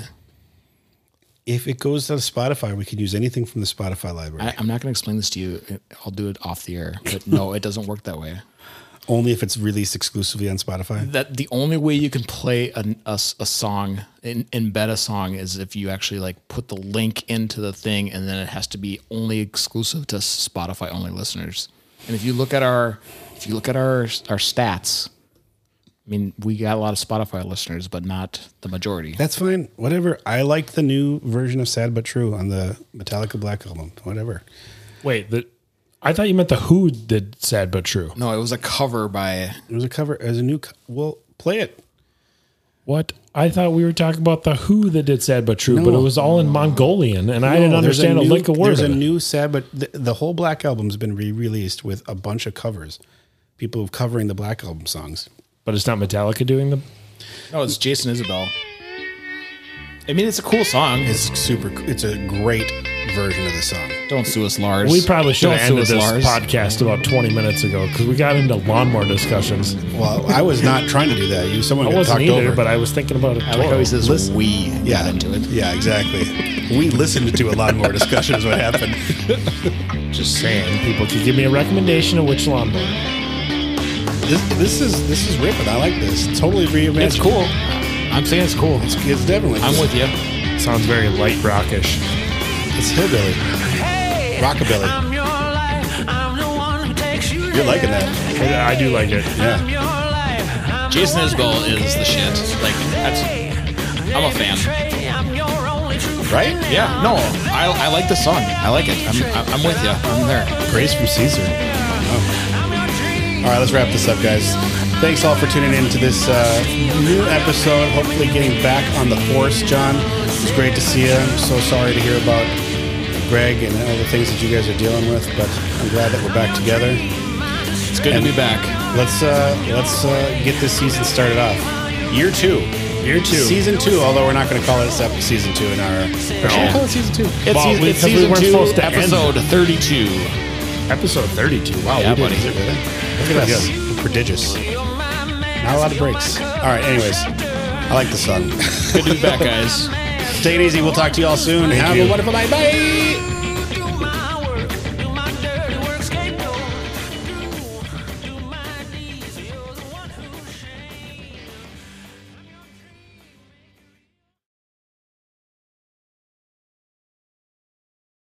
if it goes to Spotify, we could use anything from the Spotify library. I, I'm not going to explain this to you. I'll do it off the air. But no, it doesn't work that way. Only if it's released exclusively on Spotify. That the only way you can play an, a, s- a song, in, embed a song, is if you actually like put the link into the thing, and then it has to be only exclusive to Spotify only listeners. And if you look at our, if you look at our our stats, I mean, we got a lot of Spotify listeners, but not the majority. That's fine. Whatever. I liked the new version of Sad But True on the Metallica Black album. Whatever. wait, the I thought you meant the Who did "Sad but True." No, it was a cover by It was a cover. It was a new. Co- well, play it. What I thought we were talking about the Who that did "Sad but True," but it was all in Mongolian, and I didn't No, there's understand a, new- lick of words. There's of it. a new Sad But the, the whole Black album's been re-released with a bunch of covers. People covering the Black album songs. but it's not Metallica doing the. No, it's Jason Isabel. I mean, it's a cool song. It's super. It's a great version of the song. Don't sue us, Lars. We probably should have Don't ended this podcast about 20 minutes ago because we got into lawnmower discussions. Well, I was not trying to do that. You someone I got wasn't talked either, over. but I was thinking about it. I like how he says Listen- we yeah. got into it. Yeah, exactly. We listened to a lot more discussion is what happened. Just saying, people could give me a recommendation of which lawnmower. This, this is this is ripping. I like this. Totally reimagined. It's cool. I'm saying it's cool. It's, it's definitely. I'm with you. Sounds very light rockish. It's hillbilly. Rockabilly. I'm your life. I'm the one who takes you. You're liking that. I do like it. I'm Yeah. your life. I'm Jason the one Isbell who is the shit. Like, that's. gets I'm a they fan. betray. I'm your only true friend. Right? Yeah, no, I, I like the song. I like it. I'm, I'm with you. I'm there. Grace from Caesar. I'm your dream. All right, let's wrap this up, guys. Thanks all for tuning in to this uh, new episode. Hopefully, getting back on the horse, John. It's great to see you. I'm so sorry to hear about Greg and all the things that you guys are dealing with, but I'm glad that we're back together. It's good And- to be back. Let's uh, let's uh, get this season started off. Year two. Year two. Season two, although we're not going to call it sep- season two in our. Or should we call it season two? It's, Well, season, we- it's 'cause we season weren't two, supposed to end. episode 32. Episode 32. Wow. Yeah, we did- buddy. Look at us. Prodigious. You're my man. Not a lot of breaks. All right, anyways, I like the song. Good to be back, guys. Take it easy. We'll talk to you all soon. Have you. a wonderful night. Bye.